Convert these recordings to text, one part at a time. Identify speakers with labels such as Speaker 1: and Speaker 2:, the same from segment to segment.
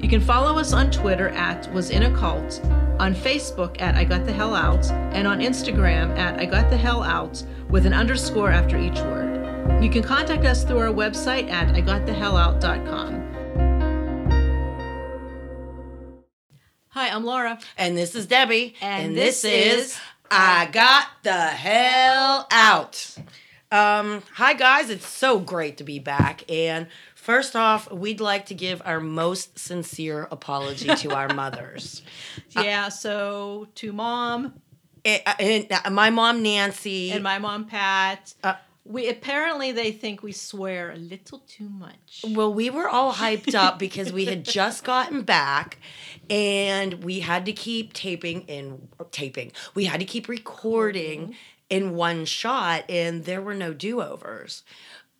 Speaker 1: You can follow us on Twitter at Was In A Cult, on Facebook at I Got The Hell Out, and on Instagram at I Got The Hell Out with an underscore after each word. You can contact us through our website at IGotTheHellOut.com. Hi, I'm Laura.
Speaker 2: And this is Debbie.
Speaker 1: And this is
Speaker 2: I Got the Hell Out. Um, hi, guys. It's so great to be back. And first off, we'd like to give our most sincere apology to our mothers. Uh,
Speaker 1: Yeah, so to mom
Speaker 2: Eh, uh, and, uh, my mom, Nancy.
Speaker 1: and my mom Pat.
Speaker 2: Uh,
Speaker 1: we apparently they think we swear a little too much.
Speaker 2: well, we were all hyped up because we had just gotten back and we had to keep taping in taping. We had to keep recording in one shot and there were no do-overs.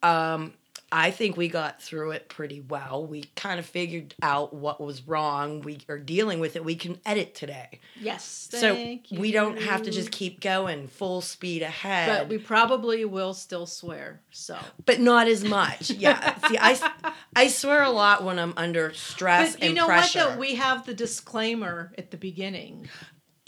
Speaker 2: Um I think we got through it pretty well. We kind of figured out what was wrong. We are dealing with it. We can edit today.
Speaker 1: Yes.
Speaker 2: so we don't have to just keep going full speed ahead.
Speaker 1: But we probably will still swear. So
Speaker 2: but not as much. Yeah. See, I, s- I swear a lot when I'm under stress
Speaker 1: But you
Speaker 2: and
Speaker 1: know
Speaker 2: pressure.
Speaker 1: what though? We have the disclaimer at the beginning.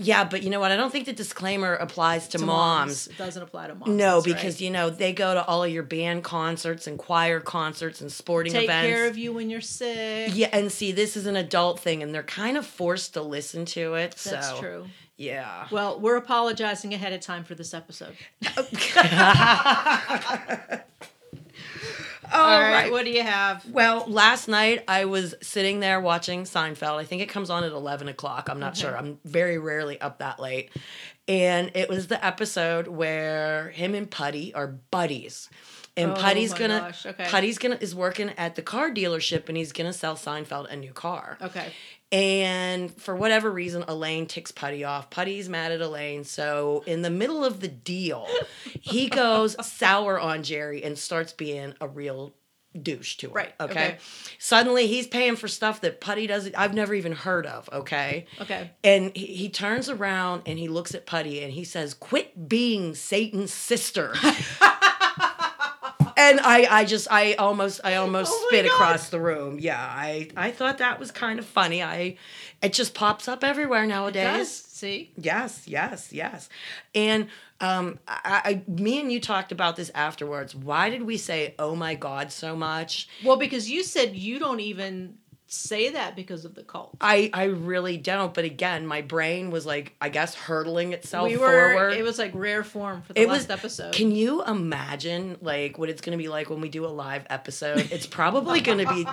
Speaker 2: yeah, but you know what? I don't think the disclaimer applies to,
Speaker 1: to
Speaker 2: moms.
Speaker 1: It doesn't apply to moms.
Speaker 2: No,
Speaker 1: that's
Speaker 2: because
Speaker 1: right.
Speaker 2: you know they go to all of your band concerts and choir concerts and sporting
Speaker 1: take
Speaker 2: events.
Speaker 1: care of you when you're sick.
Speaker 2: yeah, and see, this is an adult thing, and they're kind of forced to listen to it. So
Speaker 1: That's true.
Speaker 2: Yeah.
Speaker 1: Well, we're apologizing ahead of time for this episode.
Speaker 2: Oh,
Speaker 1: All right, what do you have?
Speaker 2: Well, last night I was sitting there watching Seinfeld. I think it comes on at 11 o'clock. I'm not sure. I'm very rarely up that late. And it was the episode where him and Putty are buddies. And
Speaker 1: Oh
Speaker 2: Putty's
Speaker 1: my
Speaker 2: gonna
Speaker 1: gosh, okay.
Speaker 2: Putty's gonna is working at the car dealership and he's gonna sell Seinfeld a new car.
Speaker 1: Okay.
Speaker 2: And for whatever reason, Elaine ticks Putty off. Putty's mad at Elaine. So, in the middle of the deal, he goes sour on Jerry and starts being a real douche to her.
Speaker 1: Right,
Speaker 2: Okay?
Speaker 1: okay.
Speaker 2: Suddenly, he's paying for stuff that Putty doesn't, I've never even heard of. Okay.
Speaker 1: Okay.
Speaker 2: And he, he turns around and he looks at Putty and he says, Quit being Satan's sister. And I, I just, I almost, I almost
Speaker 1: Oh my
Speaker 2: spit
Speaker 1: God.
Speaker 2: across the room. Yeah, I, I thought that was kind of funny. I, it just pops up everywhere nowadays.
Speaker 1: Does see?
Speaker 2: Yes, yes, yes. And um, I, I, me and you talked about this afterwards. Why did we say "Oh my God" so much?
Speaker 1: Well, because you said you don't even say that because of the cult.
Speaker 2: I, I really don't. But again, my brain was like, I guess, hurtling itself
Speaker 1: we were.
Speaker 2: forward.
Speaker 1: It was like rare form for the
Speaker 2: It
Speaker 1: last
Speaker 2: was-
Speaker 1: episode.
Speaker 2: Can you imagine like what it's gonna be like when we do a live episode? It's probably gonna be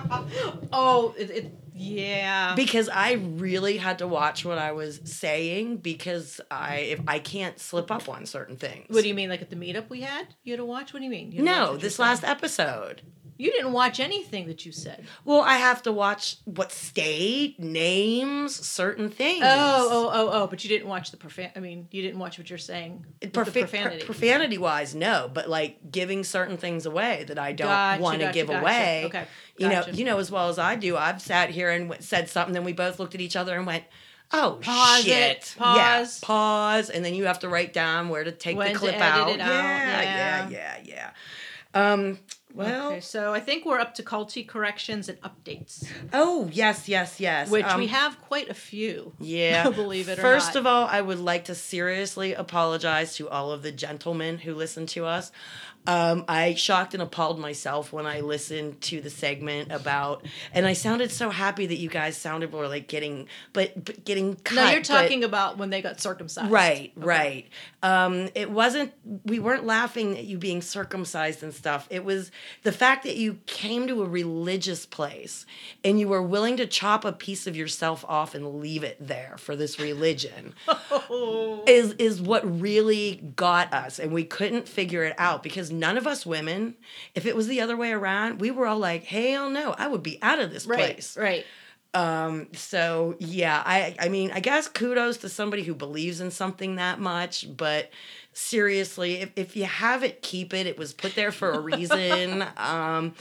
Speaker 1: oh, it, it, yeah.
Speaker 2: because I really had to watch what I was saying because I if I can't slip up on certain things.
Speaker 1: what do you mean? Like at the meetup we had, you had to watch. What do you mean? You had to watch
Speaker 2: no,
Speaker 1: what you
Speaker 2: this
Speaker 1: said.
Speaker 2: last episode.
Speaker 1: You didn't watch anything that you said.
Speaker 2: Well, I have to watch what state, names, certain things.
Speaker 1: Oh, oh, oh, oh! But you didn't watch the profan. I mean, you didn't watch what you're saying. with
Speaker 2: Profa-
Speaker 1: the profanity.
Speaker 2: profanity wise, no, but like giving certain things away that I don't
Speaker 1: Gotcha,
Speaker 2: want to
Speaker 1: gotcha,
Speaker 2: give
Speaker 1: gotcha.
Speaker 2: away.
Speaker 1: Okay,
Speaker 2: you know,
Speaker 1: gotcha.
Speaker 2: you know as well as I do. I've sat here and w- said something, and we both looked at each other and went, "Oh
Speaker 1: Pause
Speaker 2: shit!"
Speaker 1: it.
Speaker 2: Yeah,
Speaker 1: Pause.
Speaker 2: pause, and then you have to write down where to take
Speaker 1: When
Speaker 2: the
Speaker 1: to
Speaker 2: clip
Speaker 1: edit
Speaker 2: out.
Speaker 1: it out,
Speaker 2: Yeah, yeah, yeah, yeah. Um, well,
Speaker 1: okay, so I think we're up to culty corrections and updates,
Speaker 2: oh yes, yes, yes.
Speaker 1: which
Speaker 2: um,
Speaker 1: we have quite a few.
Speaker 2: Yeah.
Speaker 1: believe it or
Speaker 2: First
Speaker 1: not.
Speaker 2: of all, I would like to seriously apologize to all of the gentlemen who listen to us. Um, I shocked and appalled myself when I listened to the segment about, and I sounded so happy that you guys sounded more like getting, but, but getting cut.
Speaker 1: Now you're
Speaker 2: but-
Speaker 1: talking about when they got circumcised,
Speaker 2: Right, right. Um, it wasn't. We weren't laughing at you being circumcised and stuff. It was the fact that you came to a religious place and you were willing to chop a piece of yourself off and leave it there for this religion. Is is what really got us, and we couldn't figure it out because none of us women, if it was the other way around, we were all like, "Hell no, I would be out of this
Speaker 1: right,
Speaker 2: place."
Speaker 1: right.
Speaker 2: Um, so yeah, I I mean, I guess kudos to somebody who believes in something that much, but seriously, if, if you have it, keep it. It was put there for a reason. um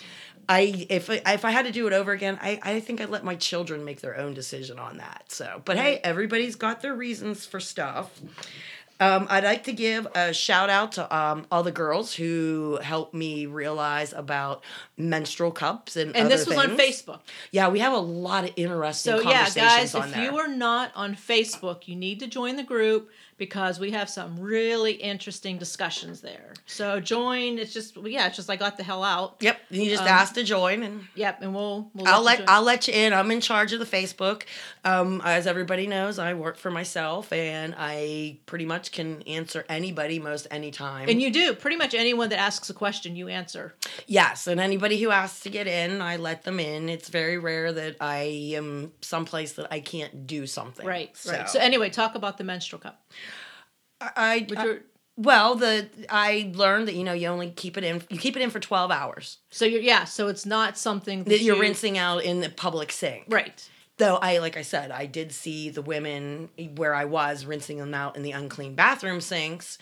Speaker 2: I if I- if I had to do it over again, I, I think I'd let my children make their own decision on that. So, but hey, everybody's got their reasons for stuff. Um, I'd like to give a shout out to um, all the girls who helped me realize about menstrual cups and
Speaker 1: And this
Speaker 2: other
Speaker 1: was on
Speaker 2: things.
Speaker 1: Facebook.
Speaker 2: Yeah, we have a lot of interesting
Speaker 1: So yeah,
Speaker 2: conversations
Speaker 1: guys,
Speaker 2: on
Speaker 1: if
Speaker 2: there.
Speaker 1: you are not on Facebook, you need to join the group because we have some really interesting discussions there. So join. It's just yeah, it's just I got the hell out.
Speaker 2: yep, you just
Speaker 1: Um,
Speaker 2: ask to join, and
Speaker 1: Yep, and we'll. we'll
Speaker 2: I'll
Speaker 1: you
Speaker 2: let
Speaker 1: join.
Speaker 2: I'll let you in. I'm in charge of the Facebook. Um, as everybody knows, I work for myself, and I pretty much can answer anybody most anytime.
Speaker 1: and you do pretty much anyone that asks a question, you answer.
Speaker 2: Yes, and anybody who asks to get in, I let them in. It's very rare that I am someplace that I can't do something.
Speaker 1: Right, right.
Speaker 2: So,
Speaker 1: So anyway, talk about the menstrual cup.
Speaker 2: I,
Speaker 1: Which
Speaker 2: I-
Speaker 1: are,
Speaker 2: well, the I learned that you know you only keep it in you keep it in for twelve hours
Speaker 1: so you're yeah, so it's not something that,
Speaker 2: that you're
Speaker 1: you-
Speaker 2: rinsing out in the public sink.
Speaker 1: Right.
Speaker 2: Though I, like I said, I did see the women where I was rinsing them out in the unclean bathroom sinks.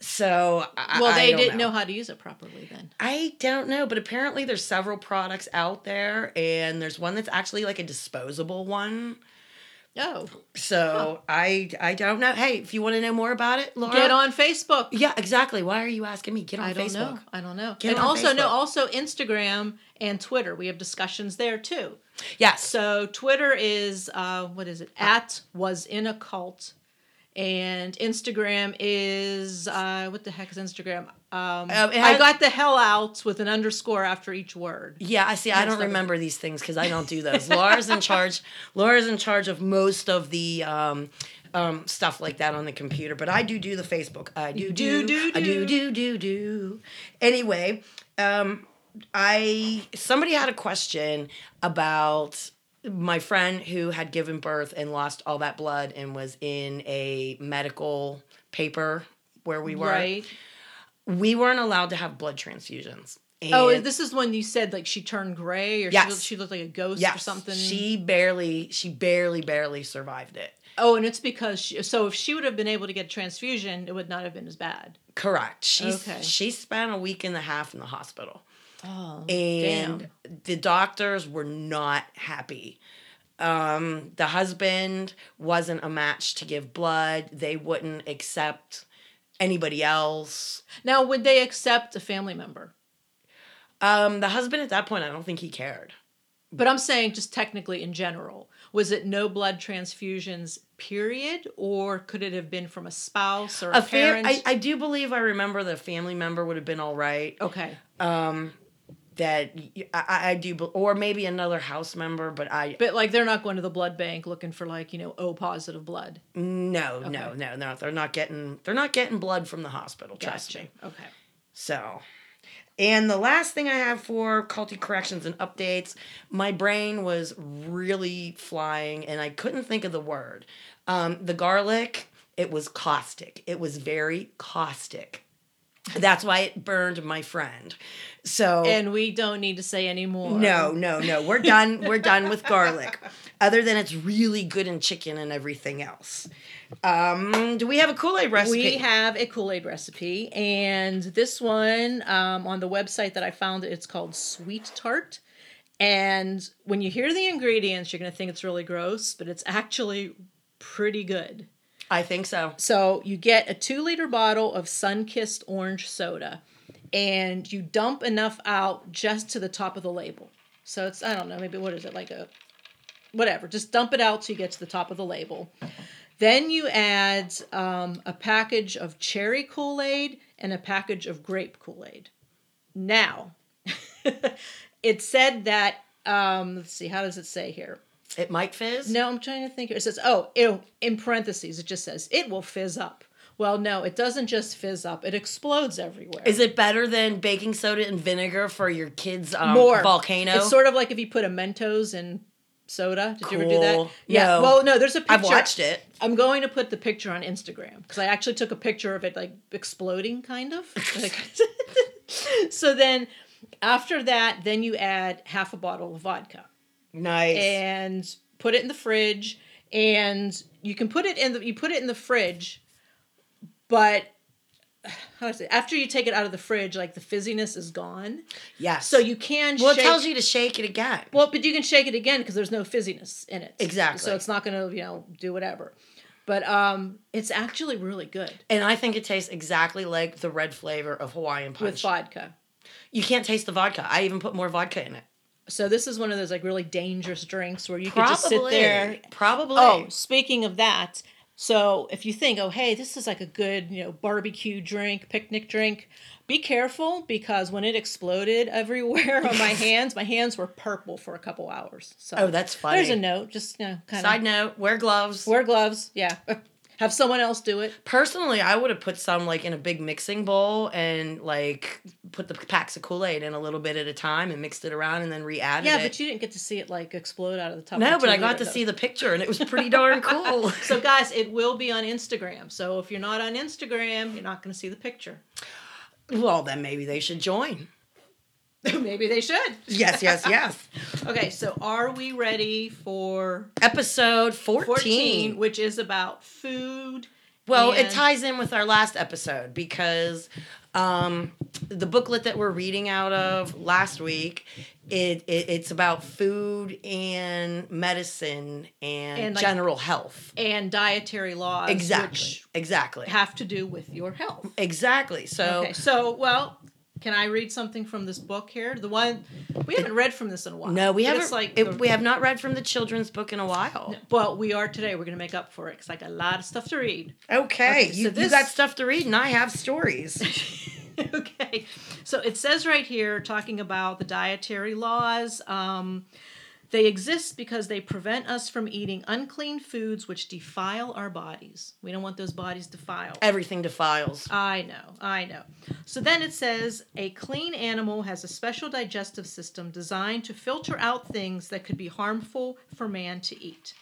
Speaker 2: So I,
Speaker 1: Well,
Speaker 2: I
Speaker 1: they
Speaker 2: don't
Speaker 1: didn't know.
Speaker 2: know
Speaker 1: how to use it properly then.
Speaker 2: I don't know, but apparently there's several products out there, and there's one that's actually like a disposable one.
Speaker 1: Oh,
Speaker 2: So I I don't know. Hey, if you want to know more about it, Laura,
Speaker 1: get on Facebook.
Speaker 2: Yeah, exactly. Why are you asking me? Get on
Speaker 1: I don't
Speaker 2: Facebook.
Speaker 1: know. I don't know.
Speaker 2: Get
Speaker 1: and
Speaker 2: on
Speaker 1: also no,
Speaker 2: Facebook.
Speaker 1: also Instagram and Twitter. We have discussions there too.
Speaker 2: Yes.
Speaker 1: So Twitter is uh, what is it? At was in a cult, and Instagram is uh, what the heck is Instagram? Um,
Speaker 2: Um, it
Speaker 1: I
Speaker 2: has-
Speaker 1: got the hell out with an underscore after each word.
Speaker 2: Yeah, I see. I don't
Speaker 1: stuff.
Speaker 2: remember these things because I don't do those. Laura's in charge. Laura's in charge of most of the um, um, stuff like that on the computer, but I do do the Facebook. I do
Speaker 1: do,
Speaker 2: do,
Speaker 1: do,
Speaker 2: I do
Speaker 1: do.
Speaker 2: do do do. Anyway, um, I somebody had a question about my friend who had given birth and lost all that blood and was in a medical paper where we were.
Speaker 1: Right.
Speaker 2: We weren't allowed to have blood transfusions.
Speaker 1: Oh,
Speaker 2: And-
Speaker 1: this is when you said like she turned gray or she,
Speaker 2: Yes.
Speaker 1: looked, she looked like a ghost
Speaker 2: Yeah,
Speaker 1: or something.
Speaker 2: She barely, she barely, barely survived it.
Speaker 1: oh, and it's because she, so if she would have been able to get a transfusion, it would not have been as bad.
Speaker 2: Correct. She
Speaker 1: Okay.
Speaker 2: she spent a week and a half in the hospital,
Speaker 1: Oh,
Speaker 2: and the doctors were not happy. Um, the husband wasn't a match to give blood. They wouldn't accept anybody else.
Speaker 1: Now, would they accept a family member?
Speaker 2: Um, the husband at that point, I don't think he cared.
Speaker 1: But I'm saying just technically in general, was it no blood transfusions period, or could it have been from a spouse or a,
Speaker 2: A fam-
Speaker 1: parent?
Speaker 2: I, I do believe I remember the family member would have been all right.
Speaker 1: okay,
Speaker 2: That y- I, I- I do, be- or maybe another house member, but I
Speaker 1: but like they're not going to the blood bank looking for like you know O positive blood.
Speaker 2: No, no, no, no. They're not getting they're not getting blood from the hospital, trust me.
Speaker 1: Okay.
Speaker 2: So and the last thing I have for culty corrections and updates, my brain was really flying and I couldn't think of the word. Um, the garlic, it was caustic. It was very caustic. That's why it burned my friend. So
Speaker 1: And we don't need to say any more.
Speaker 2: no, no, no. We're done. We're done with garlic. Other than it's really good in chicken and everything else. Um, do we have a Kool-Aid recipe?
Speaker 1: We have a Kool Aid recipe, and this one um, on the website that I found, it's called Sweet Tart. And when you hear the ingredients, you're going to think it's really gross, but it's actually pretty good.
Speaker 2: I think so.
Speaker 1: So you get a two liter bottle of sun kissed orange soda, and you dump enough out just to the top of the label. So it's, I don't know, maybe what is it, like a whatever, just dump it out till you get to the top of the label. Then you add um, a package of cherry Kool Aid and a package of grape Kool Aid. Now, it said that, um, let's see, how does it say here?
Speaker 2: It might fizz.
Speaker 1: No, I'm trying to think. here. It says, oh, it in parentheses, it just says, it will fizz up. Well, no, it doesn't just fizz up, it explodes everywhere.
Speaker 2: Is it better than baking soda and vinegar for your kids' um,
Speaker 1: More.
Speaker 2: volcano?
Speaker 1: It's sort of like if you put a Mentos in soda. Did you ever do that?
Speaker 2: Cool.
Speaker 1: Yeah.
Speaker 2: No.
Speaker 1: Well, no, there's a picture.
Speaker 2: I've watched it.
Speaker 1: I'm going to put the picture on Instagram because I actually took a picture of it like exploding, kind of. Like- so then after that, then you add half a bottle of vodka.
Speaker 2: Nice.
Speaker 1: and put it in the fridge, and you can put it in the you put it in the fridge, but how do I say after you take it out of the fridge, like the fizziness is gone.
Speaker 2: Yes.
Speaker 1: So you can
Speaker 2: well,
Speaker 1: shake,
Speaker 2: it tells you to shake it again.
Speaker 1: well, but you can shake it again because there's no fizziness in it.
Speaker 2: Exactly.
Speaker 1: So it's not going to you know do whatever. But um, it's actually really good
Speaker 2: and I think it tastes exactly like the red flavor of Hawaiian punch.
Speaker 1: with vodka.
Speaker 2: you can't taste the vodka. I even put more vodka in it.
Speaker 1: So this is one of those like really dangerous drinks where you could
Speaker 2: Probably.
Speaker 1: just sit there.
Speaker 2: Probably.
Speaker 1: Oh, speaking of that, so if you think, oh hey, this is like a good you know barbecue drink, picnic drink, be careful because when it exploded everywhere on my hands, my hands were purple for a couple hours. So
Speaker 2: Oh, that's
Speaker 1: There's
Speaker 2: funny.
Speaker 1: a note, just you know, kind
Speaker 2: Side
Speaker 1: of
Speaker 2: note: wear gloves.
Speaker 1: wear gloves. Yeah, have someone else do it.
Speaker 2: Personally, I would have put some like in a big mixing bowl and like put the packs of Kool Aid in a little bit at a time and mixed it around and then re-added
Speaker 1: Yeah,
Speaker 2: it.
Speaker 1: but you didn't get to see it like explode out of the top.
Speaker 2: no,
Speaker 1: of the
Speaker 2: but I
Speaker 1: two
Speaker 2: got
Speaker 1: liter,
Speaker 2: to
Speaker 1: though.
Speaker 2: see the picture and it was pretty darn cool.
Speaker 1: So guys, it will be on Instagram. So if you're not on Instagram, you're not going to see the picture.
Speaker 2: well, then maybe they should join.
Speaker 1: Maybe they should.
Speaker 2: Yes, yes, yes.
Speaker 1: Okay, so are we ready for
Speaker 2: Episode 14.
Speaker 1: 14, which is about food?
Speaker 2: Well,
Speaker 1: and-
Speaker 2: it ties in with our last episode because um, the booklet that we're reading out of last week, it, it it's about food and medicine and,
Speaker 1: And, like,
Speaker 2: general health.
Speaker 1: and dietary laws,
Speaker 2: Exactly.
Speaker 1: which
Speaker 2: exactly.
Speaker 1: have to do with your health.
Speaker 2: exactly. So
Speaker 1: Okay, so well, can I read something from this book here? The one we haven't read from this in a while.
Speaker 2: no, we
Speaker 1: but
Speaker 2: haven't.
Speaker 1: It's like
Speaker 2: it-
Speaker 1: the-
Speaker 2: we have not read from the children's book in a while.
Speaker 1: but we are today. We're going to make up for it because I got a lot of stuff to read.
Speaker 2: Okay, you,
Speaker 1: Okay, so
Speaker 2: you
Speaker 1: this-
Speaker 2: got stuff to read, and I have stories.
Speaker 1: okay. So it says right here, talking about the dietary laws. Um, they exist because they prevent us from eating unclean foods which defile our bodies. We don't want those bodies defiled.
Speaker 2: Everything defiles.
Speaker 1: I know, I know. So then it says a clean animal has a special digestive system designed to filter out things that could be harmful for man to eat.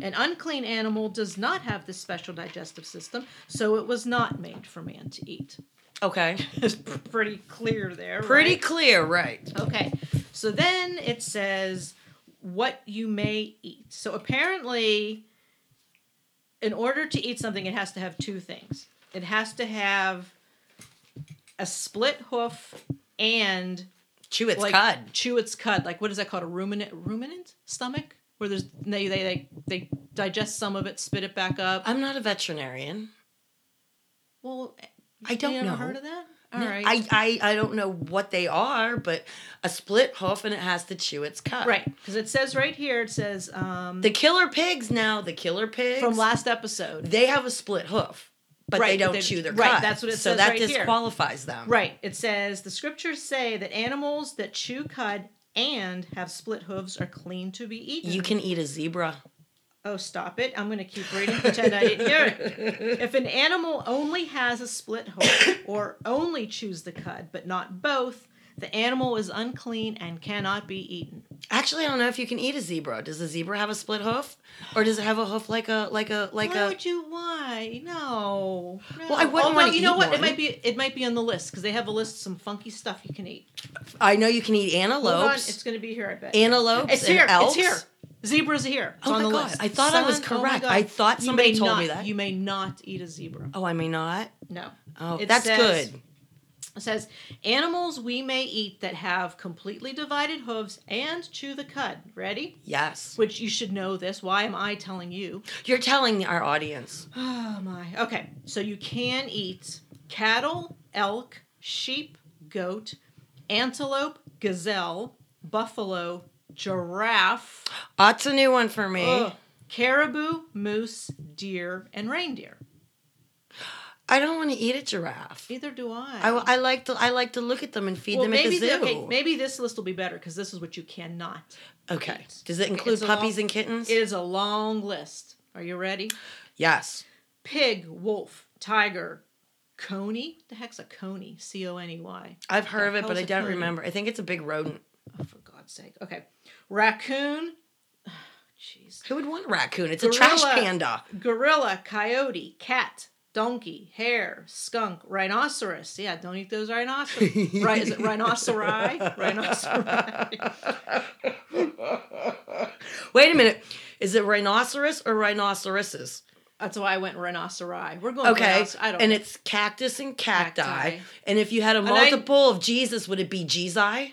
Speaker 1: An unclean animal does not have this special digestive system, so it was not made for man to eat.
Speaker 2: Okay,
Speaker 1: It's p- pretty clear there.
Speaker 2: pretty
Speaker 1: right?
Speaker 2: clear, right?
Speaker 1: Okay. So then it says what you may eat. So apparently, in order to eat something, it has to have two things. It has to have a split hoof and
Speaker 2: Chew its
Speaker 1: like
Speaker 2: cud.
Speaker 1: chew its cud. Like what is that called? A ruminant ruminant stomach? Where there's they they they, they digest some of it, spit it back up.
Speaker 2: I'm not a veterinarian.
Speaker 1: well,
Speaker 2: I don't
Speaker 1: you ever
Speaker 2: know.
Speaker 1: heard of that? All
Speaker 2: No,
Speaker 1: right.
Speaker 2: I, I I don't know what they are, but a split hoof and it has to chew its cud.
Speaker 1: right, because it says right here. It says um,
Speaker 2: The killer pigs now. The killer pigs
Speaker 1: from last episode.
Speaker 2: They have a split hoof, but
Speaker 1: Right,
Speaker 2: they
Speaker 1: but
Speaker 2: don't
Speaker 1: they-
Speaker 2: chew their
Speaker 1: right,
Speaker 2: cud.
Speaker 1: that's what it
Speaker 2: so
Speaker 1: says
Speaker 2: that
Speaker 1: right here.
Speaker 2: disqualifies them.
Speaker 1: Right. It says the scriptures say that animals that chew cud and have split hooves are clean to be eaten.
Speaker 2: You can eat a zebra.
Speaker 1: Oh, stop it. I'm going to keep reading, pretend I didn't hear it. If an animal only has a split hoof or only chews the cud, but not both, the animal is unclean and cannot be eaten.
Speaker 2: Actually, I don't know if you can eat a zebra. Does a zebra have a split hoof, or does it have a hoof like a like a like
Speaker 1: why
Speaker 2: a?
Speaker 1: would you? Why? No. no.
Speaker 2: Well, I wouldn't
Speaker 1: Although,
Speaker 2: wanna
Speaker 1: you know
Speaker 2: eat
Speaker 1: what? It
Speaker 2: one.
Speaker 1: might be. It might be on the list because they have a list of some funky stuff you can eat.
Speaker 2: I know you can eat
Speaker 1: Hold on,
Speaker 2: antelopes.
Speaker 1: it's going to be here. I bet.
Speaker 2: antelopes
Speaker 1: It's
Speaker 2: and
Speaker 1: here.
Speaker 2: elks.
Speaker 1: It's here. Zebra's here. It's
Speaker 2: Oh
Speaker 1: on
Speaker 2: my
Speaker 1: the
Speaker 2: God,
Speaker 1: list.
Speaker 2: I thought I was
Speaker 1: oh my
Speaker 2: correct.
Speaker 1: God.
Speaker 2: I thought
Speaker 1: You
Speaker 2: somebody
Speaker 1: may
Speaker 2: told
Speaker 1: not-
Speaker 2: me that.
Speaker 1: You may not eat a zebra.
Speaker 2: Oh, I may not.
Speaker 1: No.
Speaker 2: Oh,
Speaker 1: It
Speaker 2: that's
Speaker 1: says-
Speaker 2: good.
Speaker 1: It says animals we may eat that have completely divided hooves and chew the cud. Ready?
Speaker 2: Yes,
Speaker 1: Which you should know this. Why am I telling you?
Speaker 2: you're telling our audience.
Speaker 1: Oh my. Okay. So you can eat cattle, elk, sheep, goat, antelope, gazelle, buffalo, giraffe.
Speaker 2: That's a new one for me.
Speaker 1: Ugh. Caribou, moose, deer, and reindeer.
Speaker 2: I don't want to eat a giraffe.
Speaker 1: Neither do I.
Speaker 2: I, I like to I like to look at them and feed
Speaker 1: well,
Speaker 2: them at
Speaker 1: maybe
Speaker 2: the zoo.
Speaker 1: the- okay, maybe this list will be better because this is what you cannot.
Speaker 2: okay.
Speaker 1: It's-
Speaker 2: Does it include
Speaker 1: it's a
Speaker 2: puppies
Speaker 1: long-
Speaker 2: and kittens?
Speaker 1: It is a long list. Are you ready?
Speaker 2: yes.
Speaker 1: Pig, wolf, tiger, coney. The heck's a coney? C O N E Y.
Speaker 2: I've heard of it, but
Speaker 1: hell's
Speaker 2: I
Speaker 1: a
Speaker 2: don't
Speaker 1: pony?
Speaker 2: remember. I think it's a big rodent.
Speaker 1: Oh, for God's sake. Okay. Raccoon. Jeez.
Speaker 2: Who would want a raccoon? It's a trash
Speaker 1: Gorilla.
Speaker 2: panda.
Speaker 1: Gorilla, coyote, cat, donkey, hare, skunk, rhinoceros. Yeah, don't eat those rhinoceros. right? Is it rhinoceri? Rhinoceri.
Speaker 2: Wait a minute. Is it rhinoceros or rhinoceroses?
Speaker 1: That's why I went rhinoceri. We're going.
Speaker 2: Okay.
Speaker 1: rhinoc- I don't.
Speaker 2: and it's cactus and cacti.
Speaker 1: Cacti.
Speaker 2: And if you had a
Speaker 1: I-
Speaker 2: multiple of Jesus, would it be Jesus? And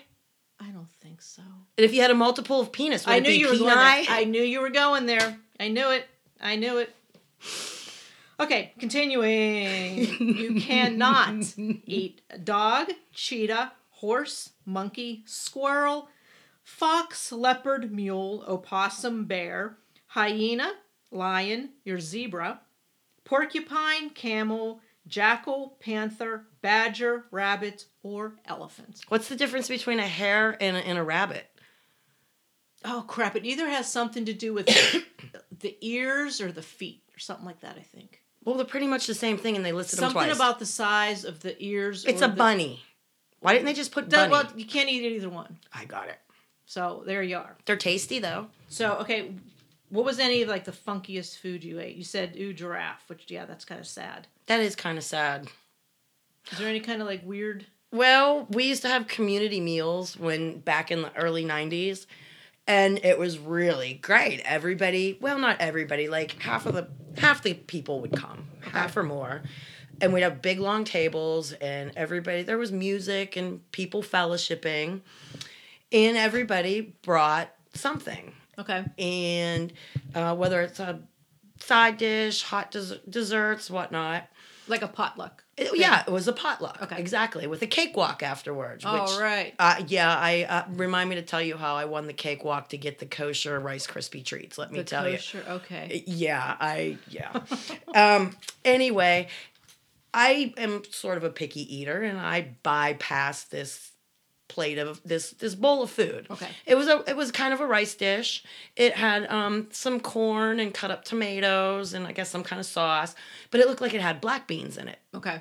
Speaker 1: I don't think so.
Speaker 2: if you had a multiple of penis, would
Speaker 1: I
Speaker 2: it
Speaker 1: knew
Speaker 2: be
Speaker 1: you were
Speaker 2: peni?
Speaker 1: going. There. I knew you were going there. I knew it. I knew it. Okay, continuing. you cannot eat a dog, cheetah, horse, monkey, squirrel, fox, leopard, mule, opossum, bear, hyena, lion, your zebra, porcupine, camel, jackal, panther, badger, rabbit, or elephant.
Speaker 2: What's the difference between a hare and a, and a rabbit?
Speaker 1: Oh crap! It either has something to do with the ears or the feet or something like that. I think
Speaker 2: Well, they're pretty much the same thing, and they listed
Speaker 1: something
Speaker 2: them twice.
Speaker 1: about the size of the ears.
Speaker 2: it's
Speaker 1: or
Speaker 2: a
Speaker 1: the-
Speaker 2: bunny. Why didn't they just put
Speaker 1: That-
Speaker 2: bunny?
Speaker 1: well, you can't eat either one.
Speaker 2: I got it.
Speaker 1: So there you are.
Speaker 2: They're tasty though.
Speaker 1: So okay, what was any of like the funkiest food you ate? You said ooh giraffe, which yeah, that's kind of sad.
Speaker 2: That is kind of sad.
Speaker 1: Is there any kind of like weird?
Speaker 2: Well, we used to have community meals when back in the early 90s, and it was really great. Everybody, well, not everybody, like half of the half the people would come, half or more. And we'd have big long tables and everybody there was music and people fellowshipping. And everybody brought something
Speaker 1: Okay.
Speaker 2: and uh, whether it's a side dish, hot des- desserts, whatnot.
Speaker 1: Like a potluck.
Speaker 2: It- yeah, it was a potluck.
Speaker 1: Okay. Oh,
Speaker 2: Exactly, with a cakewalk afterwards.
Speaker 1: All right.
Speaker 2: which, Uh, yeah, I uh, remind me to tell you how I won the cakewalk to get the kosher Rice Krispie treats. Let me
Speaker 1: The
Speaker 2: tell
Speaker 1: kosher- Okay.
Speaker 2: you. Yeah, I yeah. um, anyway, I am sort of a picky eater, and I bypassed this plate of this this bowl of food.
Speaker 1: Okay.
Speaker 2: It was a it was kind of a rice dish. It had um some corn and cut up tomatoes and I guess some kind of sauce, but it looked like it had black beans in it.
Speaker 1: Okay.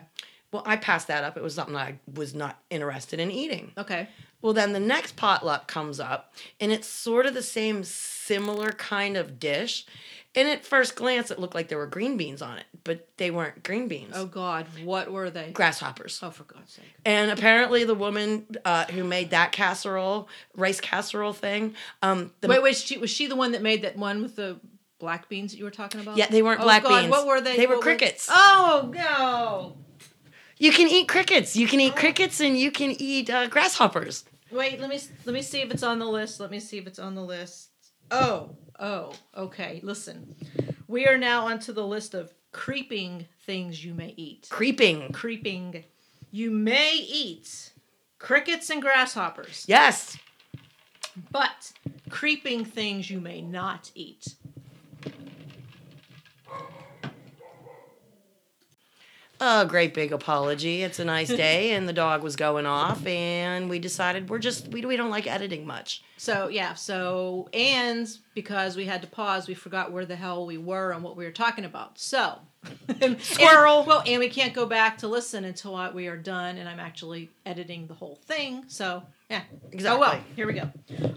Speaker 2: Well, I passed that up. It was something I was not interested in eating.
Speaker 1: Okay.
Speaker 2: Well, then the next potluck comes up and it's sort of the same similar kind of dish. And at first glance it looked like there were green beans on it, but they weren't green beans.
Speaker 1: Oh God, what were they?
Speaker 2: Grasshoppers.
Speaker 1: Oh, for God's sake.
Speaker 2: And apparently, the woman uh, who made that casserole, rice casserole thing, um, the,
Speaker 1: Wait, wait, she, was she the one that made that one with the black beans that you were talking about?
Speaker 2: Yeah, they weren't
Speaker 1: oh,
Speaker 2: black
Speaker 1: God,
Speaker 2: beans.
Speaker 1: What were they?
Speaker 2: They were
Speaker 1: What
Speaker 2: crickets.
Speaker 1: Oh no!
Speaker 2: you can eat crickets. You can eat crickets, and you can eat uh, grasshoppers.
Speaker 1: Wait, let me let me see if it's on the list. Let me see if it's on the list. Oh, oh, okay. Listen, we are now onto the list of creeping things you may eat.
Speaker 2: Creeping.
Speaker 1: Creeping, you may eat crickets and grasshoppers,
Speaker 2: Yes.
Speaker 1: but creeping things you may not eat.
Speaker 2: A great big apology. It's a nice day, and the dog was going off, and we decided we're just we we don't like editing much.
Speaker 1: So yeah, so and because we had to pause, we forgot where the hell we were and what we were talking about. So and-
Speaker 2: Squirrel.
Speaker 1: well, and we can't go back to listen until I- we are done, and I'm actually editing the whole thing. So yeah,
Speaker 2: Exactly.
Speaker 1: Oh well, here we go.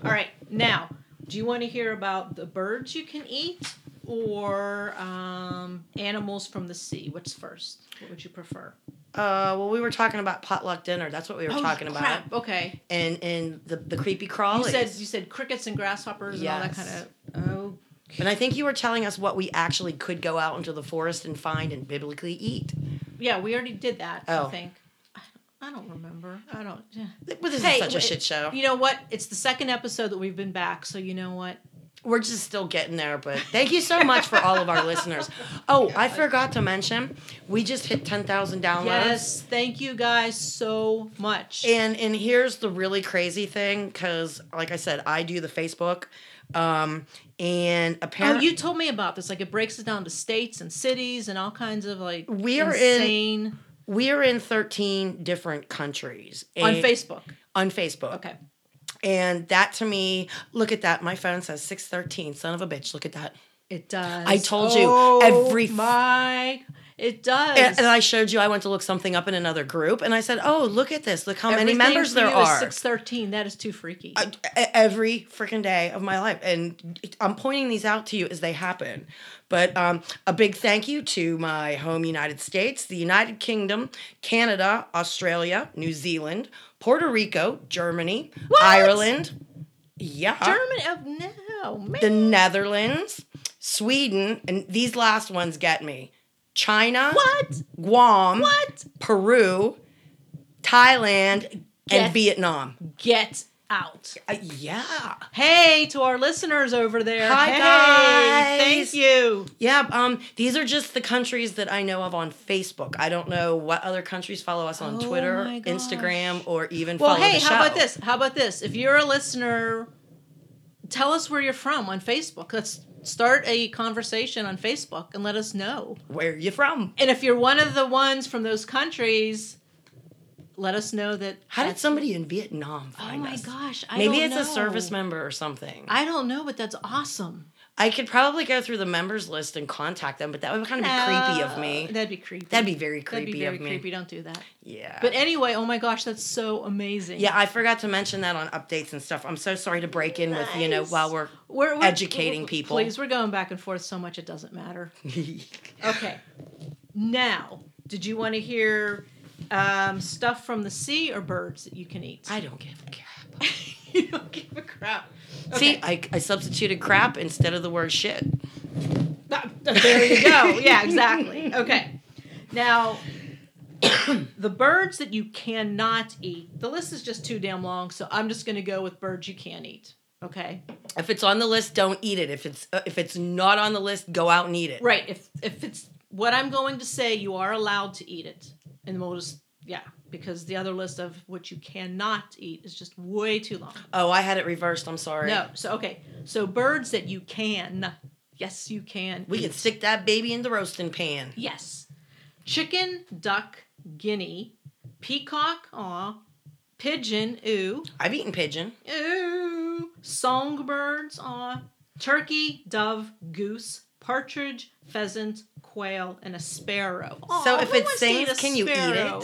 Speaker 1: All right, now do you want to hear about the birds you can eat or um, animals from the sea? What's first? What would you prefer?
Speaker 2: Uh, well, we were talking about potluck dinner. That's what we were
Speaker 1: Oh,
Speaker 2: talking about,
Speaker 1: crap, Okay.
Speaker 2: and and the the creepy
Speaker 1: You
Speaker 2: crawlies.
Speaker 1: said you said crickets and grasshoppers and all
Speaker 2: Yes.
Speaker 1: that kind of. Oh
Speaker 2: and I think you were telling us what we actually could go out into the forest and find and biblically eat.
Speaker 1: Yeah, we already did that.
Speaker 2: Oh.
Speaker 1: I think. I- I don't remember. I don't. yeah.
Speaker 2: This is such a
Speaker 1: wait,
Speaker 2: shit show.
Speaker 1: You know what? It's the second episode that we've been back, so you know what?
Speaker 2: We're just still getting there, but thank you so much for all of our listeners. Oh, I forgot to mention, we just hit 10,000 downloads.
Speaker 1: Yes, thank you guys so much.
Speaker 2: And and here's the really crazy thing cuz like I said, I do the Facebook um and
Speaker 1: oh,
Speaker 2: apparently
Speaker 1: you told me about this. Like it breaks it down to states and cities and all kinds of like
Speaker 2: We are in-
Speaker 1: insane
Speaker 2: we are in 13 different countries
Speaker 1: on
Speaker 2: and-
Speaker 1: Facebook.
Speaker 2: on Facebook.
Speaker 1: Okay.
Speaker 2: And that to me, look at that. My phone says 613, son of a bitch. Look at that.
Speaker 1: It does.
Speaker 2: I told you, every-
Speaker 1: Oh my It does.
Speaker 2: And, and I showed you I went to look something up in another group, and I said, "Oh, look at this! Look how
Speaker 1: Everything
Speaker 2: many members
Speaker 1: for
Speaker 2: there
Speaker 1: you
Speaker 2: are."
Speaker 1: Six thirteen. That is too freaky.
Speaker 2: I- e- every freaking day of my life and i'm pointing these out to you as they happen but um, a big thank you to my home united states the united kingdom canada australia new zealand puerto rico germany
Speaker 1: What?
Speaker 2: ireland yeah
Speaker 1: German? Oh, no, man.
Speaker 2: the netherlands sweden and these last ones get me china
Speaker 1: what?
Speaker 2: guam
Speaker 1: What?
Speaker 2: peru thailand
Speaker 1: Get-
Speaker 2: and vietnam
Speaker 1: Get out.
Speaker 2: Uh, yeah
Speaker 1: Hey to our listeners over there.
Speaker 2: Hi,
Speaker 1: hey,
Speaker 2: guys.
Speaker 1: Thank you.
Speaker 2: Yeah, um, these are just the countries that I know of on Facebook. I don't know what other countries follow us on
Speaker 1: Oh
Speaker 2: Twitter,
Speaker 1: my gosh.
Speaker 2: Instagram, or even
Speaker 1: Well,
Speaker 2: follow
Speaker 1: hey,
Speaker 2: the show.
Speaker 1: how about this? How about this? If you're a listener, tell us where you're from on Facebook. Let's start a conversation on Facebook and let us know.
Speaker 2: Where you from?
Speaker 1: And if you're one of the ones from those countries, let us know that.
Speaker 2: How did
Speaker 1: that's-
Speaker 2: somebody in Vietnam
Speaker 1: Oh
Speaker 2: find
Speaker 1: my
Speaker 2: us?
Speaker 1: gosh! I
Speaker 2: Maybe
Speaker 1: don't
Speaker 2: it's a
Speaker 1: know.
Speaker 2: service member or something. I,
Speaker 1: I don't know, but that's awesome.
Speaker 2: could probably go through the members list and contact them, but that would kind of be creepy of
Speaker 1: Uh,
Speaker 2: me.
Speaker 1: That'd be creepy.
Speaker 2: That'd be very
Speaker 1: That'd
Speaker 2: creepy
Speaker 1: be very
Speaker 2: of me.
Speaker 1: creepy. Don't do that.
Speaker 2: Yeah.
Speaker 1: But anyway, oh my gosh, that's so amazing.
Speaker 2: yeah, I forgot to mention that on updates and stuff. I'm so sorry to break in with, you know,
Speaker 1: Nice.
Speaker 2: while we're
Speaker 1: we're,
Speaker 2: educating people.
Speaker 1: Please, we're going back and forth so much it doesn't matter. Okay. Now, did you want to hear um, stuff from the sea or birds that you can eat?
Speaker 2: I don't give a crap.
Speaker 1: you don't give a crap.
Speaker 2: See, I, I substituted crap instead of the word shit.
Speaker 1: Uh, there you go. Yeah, exactly. Okay. Now, the birds that you cannot eat. The list is just too damn long, so I'm just going to go with birds you can eat. Okay.
Speaker 2: If it's on the list, don't eat it. If it's uh, if it's not on the list, go out and eat it.
Speaker 1: Right. If if it's what I'm going to say, you are allowed to eat it, and we'll just yeah, because the other list of what you cannot eat is just way too long.
Speaker 2: Oh, I had it reversed. I'm sorry.
Speaker 1: No. So okay. So birds that you can. Yes, you can.
Speaker 2: we
Speaker 1: eat.
Speaker 2: could stick that baby in the roasting pan.
Speaker 1: Yes. Chicken, duck, guinea, peacock, aw, pigeon, ooh,
Speaker 2: I've eaten pigeon.
Speaker 1: ooh, songbirds, aw, turkey, dove, goose, partridge, pheasant, quail, and a sparrow. Aw,
Speaker 2: So if
Speaker 1: who
Speaker 2: it
Speaker 1: wants to eat
Speaker 2: sings,
Speaker 1: a
Speaker 2: can you eat it?
Speaker 1: sparrow?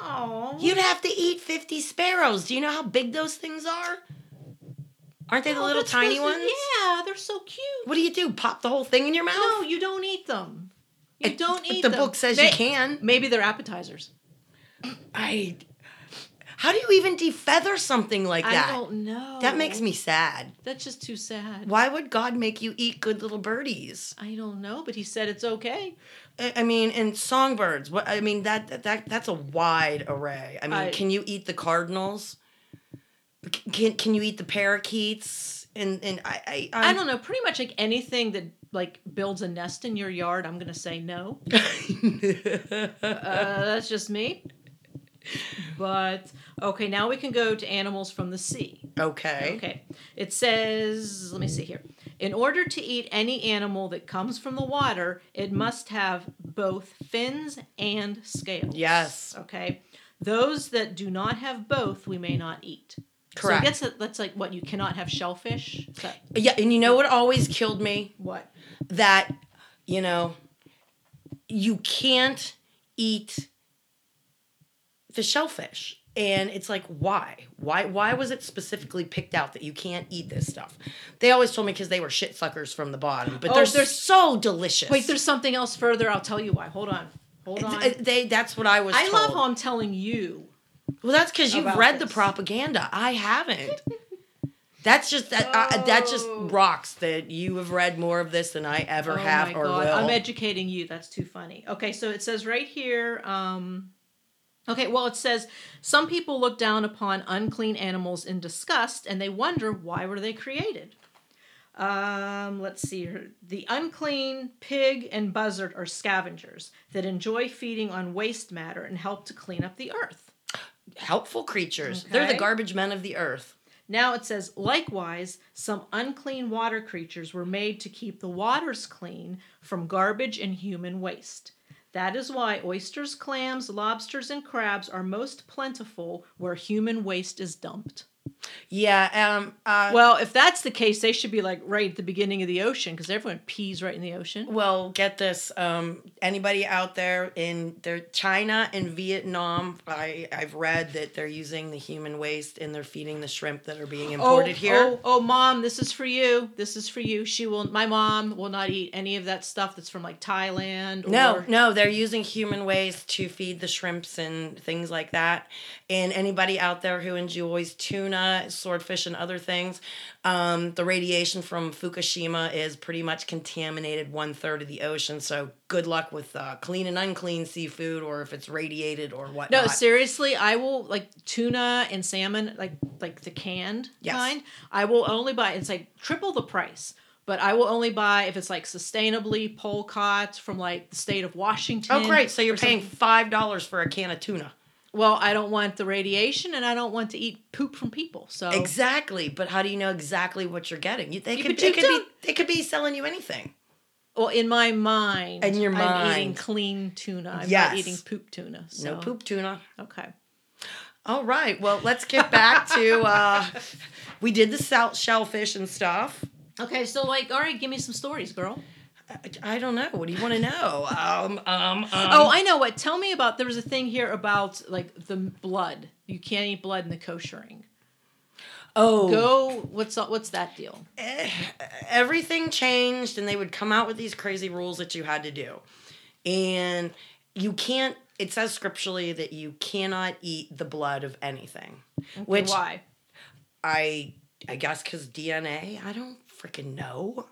Speaker 1: Aw.
Speaker 2: You'd have to eat 50 sparrows. Do you know how big those things are? Aren't they the
Speaker 1: No,
Speaker 2: little
Speaker 1: that's
Speaker 2: tiny
Speaker 1: those-
Speaker 2: ones?
Speaker 1: Yeah, they're so cute.
Speaker 2: What do you do? Pop the whole thing in your mouth?
Speaker 1: No, you don't eat them. You
Speaker 2: It-
Speaker 1: don't
Speaker 2: but
Speaker 1: eat
Speaker 2: The
Speaker 1: them.
Speaker 2: book says
Speaker 1: May-
Speaker 2: you can.
Speaker 1: Maybe they're appetizers.
Speaker 2: I. How do you even defeather something like
Speaker 1: I
Speaker 2: that?
Speaker 1: don't know.
Speaker 2: That makes me sad.
Speaker 1: That's just too sad.
Speaker 2: Why would God make you eat good little birdies?
Speaker 1: I don't know, but he said it's okay.
Speaker 2: I I mean, and songbirds. What I mean that that, that that's a wide array. I mean,
Speaker 1: I-
Speaker 2: can you eat the cardinals? C- Can can you eat the parakeets? And and I I,
Speaker 1: I don't know. Pretty much like anything that like builds a nest in your yard, I'm gonna say no. Uh, that's just me. But okay, now we can go to animals from the sea.
Speaker 2: okay.
Speaker 1: Okay. It says, let me see here. In order to eat any animal that comes from the water, it must have both fins and scales.
Speaker 2: Yes.
Speaker 1: Okay. Those that do not have both, we may not eat.
Speaker 2: Correct.
Speaker 1: So I guess that- that's like what you cannot have shellfish. Is that-
Speaker 2: Yeah, and you know what always killed me
Speaker 1: what?
Speaker 2: that you know you can't eat the shellfish. And it's like, why? Why why was it specifically picked out that you can't eat this stuff? They always told me because they were shit suckers from the bottom, but
Speaker 1: Oh,
Speaker 2: they're,
Speaker 1: there's-
Speaker 2: so delicious.
Speaker 1: Wait, there's something else further. I'll tell you why. Hold on. Hold on.
Speaker 2: Th- they that's what I was
Speaker 1: I love
Speaker 2: told.
Speaker 1: how I'm telling you.
Speaker 2: Well, that's because you've
Speaker 1: about
Speaker 2: read
Speaker 1: this.
Speaker 2: the propaganda. I haven't. That's just that I- that just
Speaker 1: Oh.
Speaker 2: rocks that you have read more of this than I ever
Speaker 1: oh
Speaker 2: have
Speaker 1: my
Speaker 2: or
Speaker 1: God.
Speaker 2: will.
Speaker 1: I'm educating you. That's too funny. Okay, so it says right here. Um, okay, well, it says some people look down upon unclean animals in disgust and they wonder why were they created. Um, let's see here. The unclean pig and buzzard are scavengers that enjoy feeding on waste matter and help to clean up the earth.
Speaker 2: Helpful creatures. They're the
Speaker 1: Okay.
Speaker 2: garbage men of the earth.
Speaker 1: Now it says, likewise, some unclean water creatures were made to keep the waters clean from garbage and human waste. That is why oysters, clams, lobsters, and crabs are most plentiful where human waste is dumped.
Speaker 2: Yeah. Um. Uh, well,
Speaker 1: Well, if that's the case, they should be like right at the beginning of the ocean because everyone pees right in the ocean.
Speaker 2: get this. Um. Anybody out there in their China and Vietnam? I I've read that they're using the human waste and they're feeding the shrimp that are being imported here.
Speaker 1: Oh, oh, mom, this is for you. This is for you. She will. My mom will not eat any of that stuff that's from like Thailand. Or,
Speaker 2: No, no, they're using human waste to feed the shrimps and things like that. And anybody out there who enjoys tuna, swordfish, and other things, um, the radiation from Fukushima is pretty much contaminated one third of the ocean. So good luck with uh, clean and unclean seafood, or if it's radiated or whatnot.
Speaker 1: No, seriously, I will like tuna and salmon, like like the canned
Speaker 2: Yes.
Speaker 1: kind. I will only buy. It's like triple the price, but I will only buy if it's like sustainably pole caught from like the state of Washington.
Speaker 2: oh, great! So you're
Speaker 1: or some-
Speaker 2: paying five dollars for a can of tuna.
Speaker 1: Well, I don't want the radiation, and I don't want to eat poop from people. So
Speaker 2: Exactly, but how do you know exactly what you're getting? You, they
Speaker 1: Oh. Yeah,
Speaker 2: could,
Speaker 1: but
Speaker 2: they
Speaker 1: you
Speaker 2: could be,
Speaker 1: don't-
Speaker 2: they could be selling you anything.
Speaker 1: Well, in my mind,
Speaker 2: In your
Speaker 1: I'm eating
Speaker 2: mind.
Speaker 1: clean tuna. I'm
Speaker 2: Yes.
Speaker 1: not eating poop tuna. So.
Speaker 2: No poop tuna.
Speaker 1: Okay.
Speaker 2: All right. Well, let's get back to uh, we did the salt shellfish and stuff.
Speaker 1: Okay, so like, all right, give me some stories, girl.
Speaker 2: I, I don't know. What do you want to know? Um, um, um.
Speaker 1: oh, I know what. Tell me about. There was a thing here about like the blood. You can't eat blood in the koshering.
Speaker 2: oh.
Speaker 1: Go. What's what's that deal?
Speaker 2: everything changed, and they would come out with these crazy rules that you had to do, and you can't. It says scripturally that you cannot eat the blood of anything, which
Speaker 1: Why?
Speaker 2: I I guess because DNA. I don't freaking know.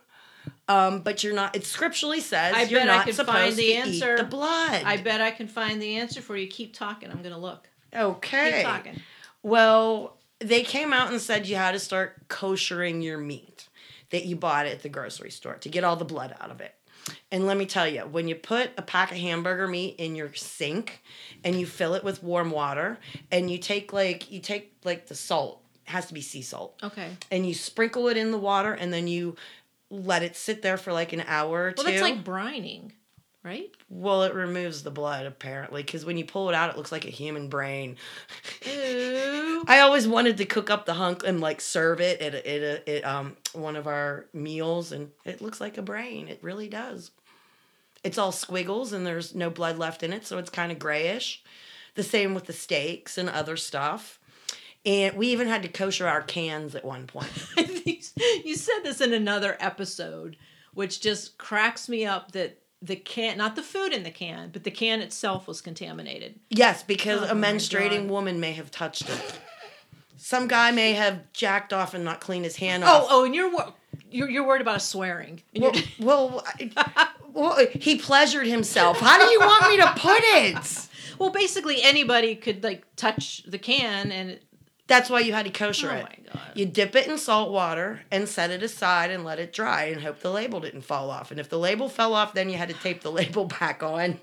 Speaker 2: Um, but you're not. It scripturally says
Speaker 1: I
Speaker 2: you're
Speaker 1: bet I
Speaker 2: not
Speaker 1: could
Speaker 2: supposed
Speaker 1: find the
Speaker 2: to
Speaker 1: answer.
Speaker 2: eat the blood.
Speaker 1: I bet I can find the answer for you. Keep talking. I'm gonna look. Keep
Speaker 2: Okay.
Speaker 1: talking.
Speaker 2: Well, they came out and said you had to start koshering your meat that you bought at the grocery store to get all the blood out of it. And let me tell you, when you put a pack of hamburger meat in your sink and you fill it with warm water and you take like you take like the salt, it has to be sea salt,
Speaker 1: Okay.
Speaker 2: and you sprinkle it in the water and then you let it sit there for like an hour or
Speaker 1: Well,
Speaker 2: two.
Speaker 1: that's like brining, right?
Speaker 2: well, it removes the blood apparently because when you pull it out, it looks like a human brain.
Speaker 1: Ooh.
Speaker 2: I always wanted to cook up the hunk and like serve it at, a, at, a, at um one of our meals, and it looks like a brain. It really does. It's all squiggles, and there's no blood left in it, so it's kind of grayish. The same with the steaks and other stuff. And we even had to kosher our cans at one point.
Speaker 1: I think you said this in another episode, which just cracks me up that the can, not the food in the can, but the can itself was contaminated.
Speaker 2: Yes, because
Speaker 1: Oh
Speaker 2: a
Speaker 1: my
Speaker 2: menstruating
Speaker 1: God.
Speaker 2: woman may have touched it. Some guy may have jacked off and not cleaned his hand off.
Speaker 1: Oh, oh, and you're wor- you're, you're worried about us swearing. And
Speaker 2: Well,
Speaker 1: you're-
Speaker 2: well, I- well, he pleasured himself. How do you want me to put it?
Speaker 1: well, basically anybody could like touch the can, and it,
Speaker 2: That's why you had to kosher
Speaker 1: Oh
Speaker 2: it.
Speaker 1: my God.
Speaker 2: You dip it in salt water and set it aside and let it dry and hope the label didn't fall off. And if the label fell off, then you had to tape the label back on,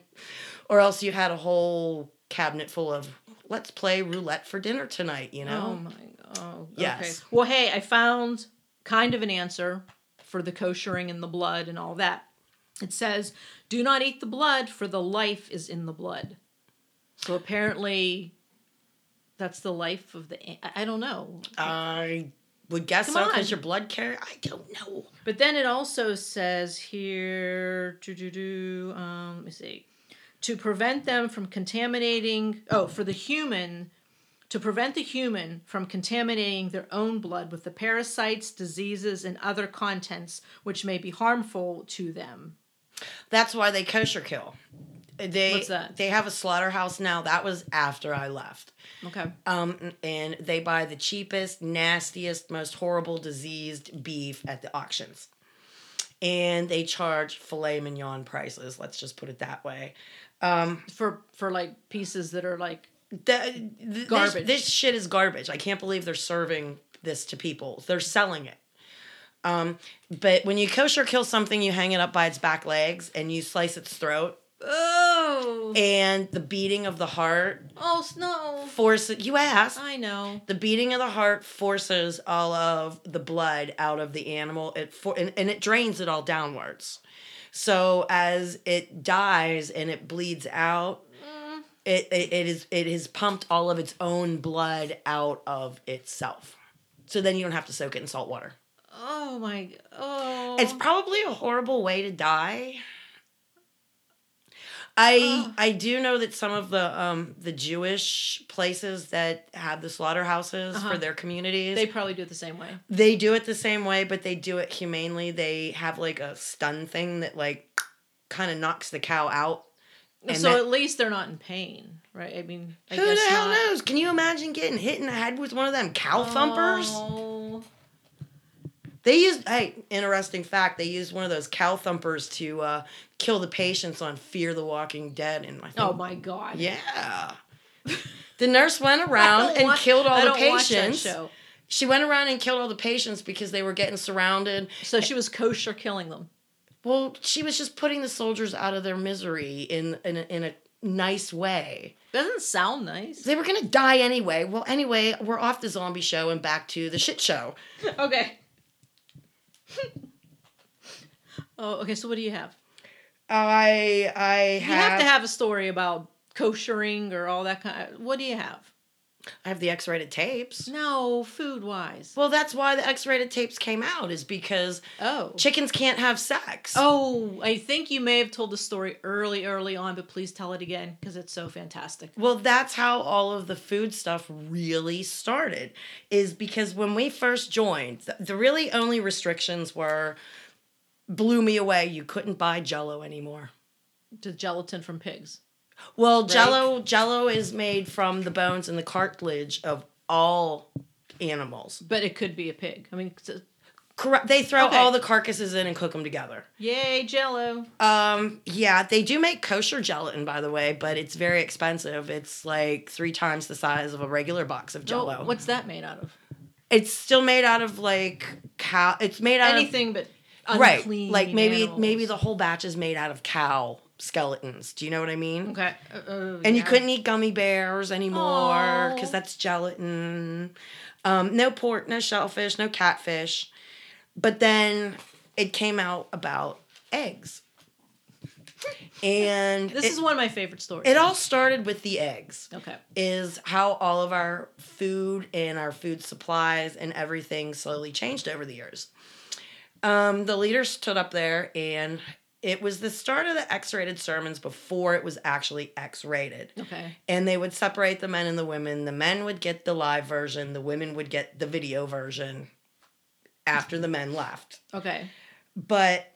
Speaker 2: or else you had a whole cabinet full of let's play roulette for dinner tonight. You
Speaker 1: oh
Speaker 2: know.
Speaker 1: my god. Oh,
Speaker 2: Yes.
Speaker 1: Okay. Well, hey, I found kind of an answer for the koshering and the blood and all that. It says, "Do not eat the blood, for the life is in the blood." So apparently, that's the life of the. I- Oh, I don't know.
Speaker 2: I would guess
Speaker 1: Come
Speaker 2: so
Speaker 1: on.
Speaker 2: because your blood carrier. I don't know.
Speaker 1: But then it also says here, do do do. Um, let me see. To prevent them from contaminating, oh, for the human, to prevent the human from contaminating their own blood with the parasites, diseases, and other contents which may be harmful to them.
Speaker 2: That's why they kosher kill. They
Speaker 1: What's that?
Speaker 2: they have a slaughterhouse now. That was after I left.
Speaker 1: Okay.
Speaker 2: Um, and they buy the cheapest, nastiest, most horrible diseased beef at the auctions. And they charge filet mignon prices. Let's just put it that way.
Speaker 1: For for like pieces that are like
Speaker 2: The, th-
Speaker 1: Garbage.
Speaker 2: This, this shit is garbage. I can't believe they're serving this to people. They're selling it. Um, but when you kosher kill something, you hang it up by its back legs and you slice its throat.
Speaker 1: oh
Speaker 2: And the beating of the heart
Speaker 1: oh snow.
Speaker 2: forces. You asked.
Speaker 1: I know.
Speaker 2: the beating of the heart forces all of the blood out of the animal it for and, and it drains it all downwards so as it dies and it bleeds out
Speaker 1: Mm.
Speaker 2: it, it, it is it has pumped all of its own blood out of itself So then you don't have to soak it in salt water.
Speaker 1: Oh my. Oh.
Speaker 2: It's probably a horrible way to die. I
Speaker 1: Ugh.
Speaker 2: I do know that some of the um the Jewish places that have the slaughterhouses
Speaker 1: Uh-huh.
Speaker 2: for their communities
Speaker 1: they probably do it the same way.
Speaker 2: they do it the same way, but they do it humanely. They have like a stun thing that like kind of knocks the cow out. And
Speaker 1: so
Speaker 2: that-
Speaker 1: at least they're not in pain, right? I mean, I
Speaker 2: Who the
Speaker 1: guess
Speaker 2: hell
Speaker 1: not.
Speaker 2: knows? Can you imagine getting hit in the head with one of them cow thumpers?
Speaker 1: Oh.
Speaker 2: They used hey, interesting fact. They used one of those cow thumpers to uh, kill the patients on Fear the Walking Dead. And I think,
Speaker 1: Oh my god.
Speaker 2: yeah, the nurse went
Speaker 1: I
Speaker 2: around
Speaker 1: don't
Speaker 2: and
Speaker 1: wa-
Speaker 2: killed all
Speaker 1: I
Speaker 2: the
Speaker 1: don't watch that
Speaker 2: patients.
Speaker 1: show.
Speaker 2: She went around and killed all the patients because they were getting surrounded
Speaker 1: So she was kosher killing them.
Speaker 2: Well, she was just putting the soldiers out of their misery in in a, in a nice way.
Speaker 1: Doesn't sound nice.
Speaker 2: They were gonna die anyway. Well, anyway, we're off the zombie show and back to the shit show.
Speaker 1: Okay. oh, okay. So what do you have?
Speaker 2: I I have,
Speaker 1: You have to have a story about koshering or all that kind. what do you have?
Speaker 2: I have the X-rated tapes.
Speaker 1: No, food wise.
Speaker 2: Well, that's why the X-rated tapes came out is because
Speaker 1: Oh.
Speaker 2: chickens can't have sex.
Speaker 1: Oh, I think you may have told the story early, early on, but please tell it again because it's so fantastic.
Speaker 2: Well, that's how all of the food stuff really started, is because when we first joined, the, the really only restrictions were blew me away. You couldn't buy Jello anymore.
Speaker 1: To gelatin from pigs.
Speaker 2: Well, Jello Jello is made from the bones and the cartilage of all animals.
Speaker 1: But it could be a pig. I mean, it's a-
Speaker 2: Correct. They throw
Speaker 1: Okay.
Speaker 2: all the carcasses in and cook them together.
Speaker 1: yay, jello.
Speaker 2: Um, yeah, they do make kosher gelatin, by the way, but it's very expensive. It's like three times the size of a regular box of Jello.
Speaker 1: Oh, what's that made out of?
Speaker 2: It's still made out of like cow. It's made out
Speaker 1: Anything but
Speaker 2: of Um, right,
Speaker 1: unclean.
Speaker 2: like maybe
Speaker 1: animals.
Speaker 2: maybe the whole batch is made out of cow skeletons. Do you know what I mean?
Speaker 1: Okay. Uh, uh,
Speaker 2: And you
Speaker 1: yeah.
Speaker 2: couldn't eat gummy bears anymore because
Speaker 1: Aw.
Speaker 2: that's gelatin. Um, no pork, no shellfish, no catfish. But then it came out about eggs. And
Speaker 1: This
Speaker 2: it,
Speaker 1: is one of my favorite stories.
Speaker 2: it all started with the eggs,
Speaker 1: okay.
Speaker 2: is how all of our food and our food supplies and everything slowly changed over the years. Um, the leader stood up there and it was the start of the X rated sermons before it was actually X rated
Speaker 1: Okay.
Speaker 2: and they would separate the men and the women. The men would get the live version, the women would get the video version after the men left.
Speaker 1: Okay.
Speaker 2: But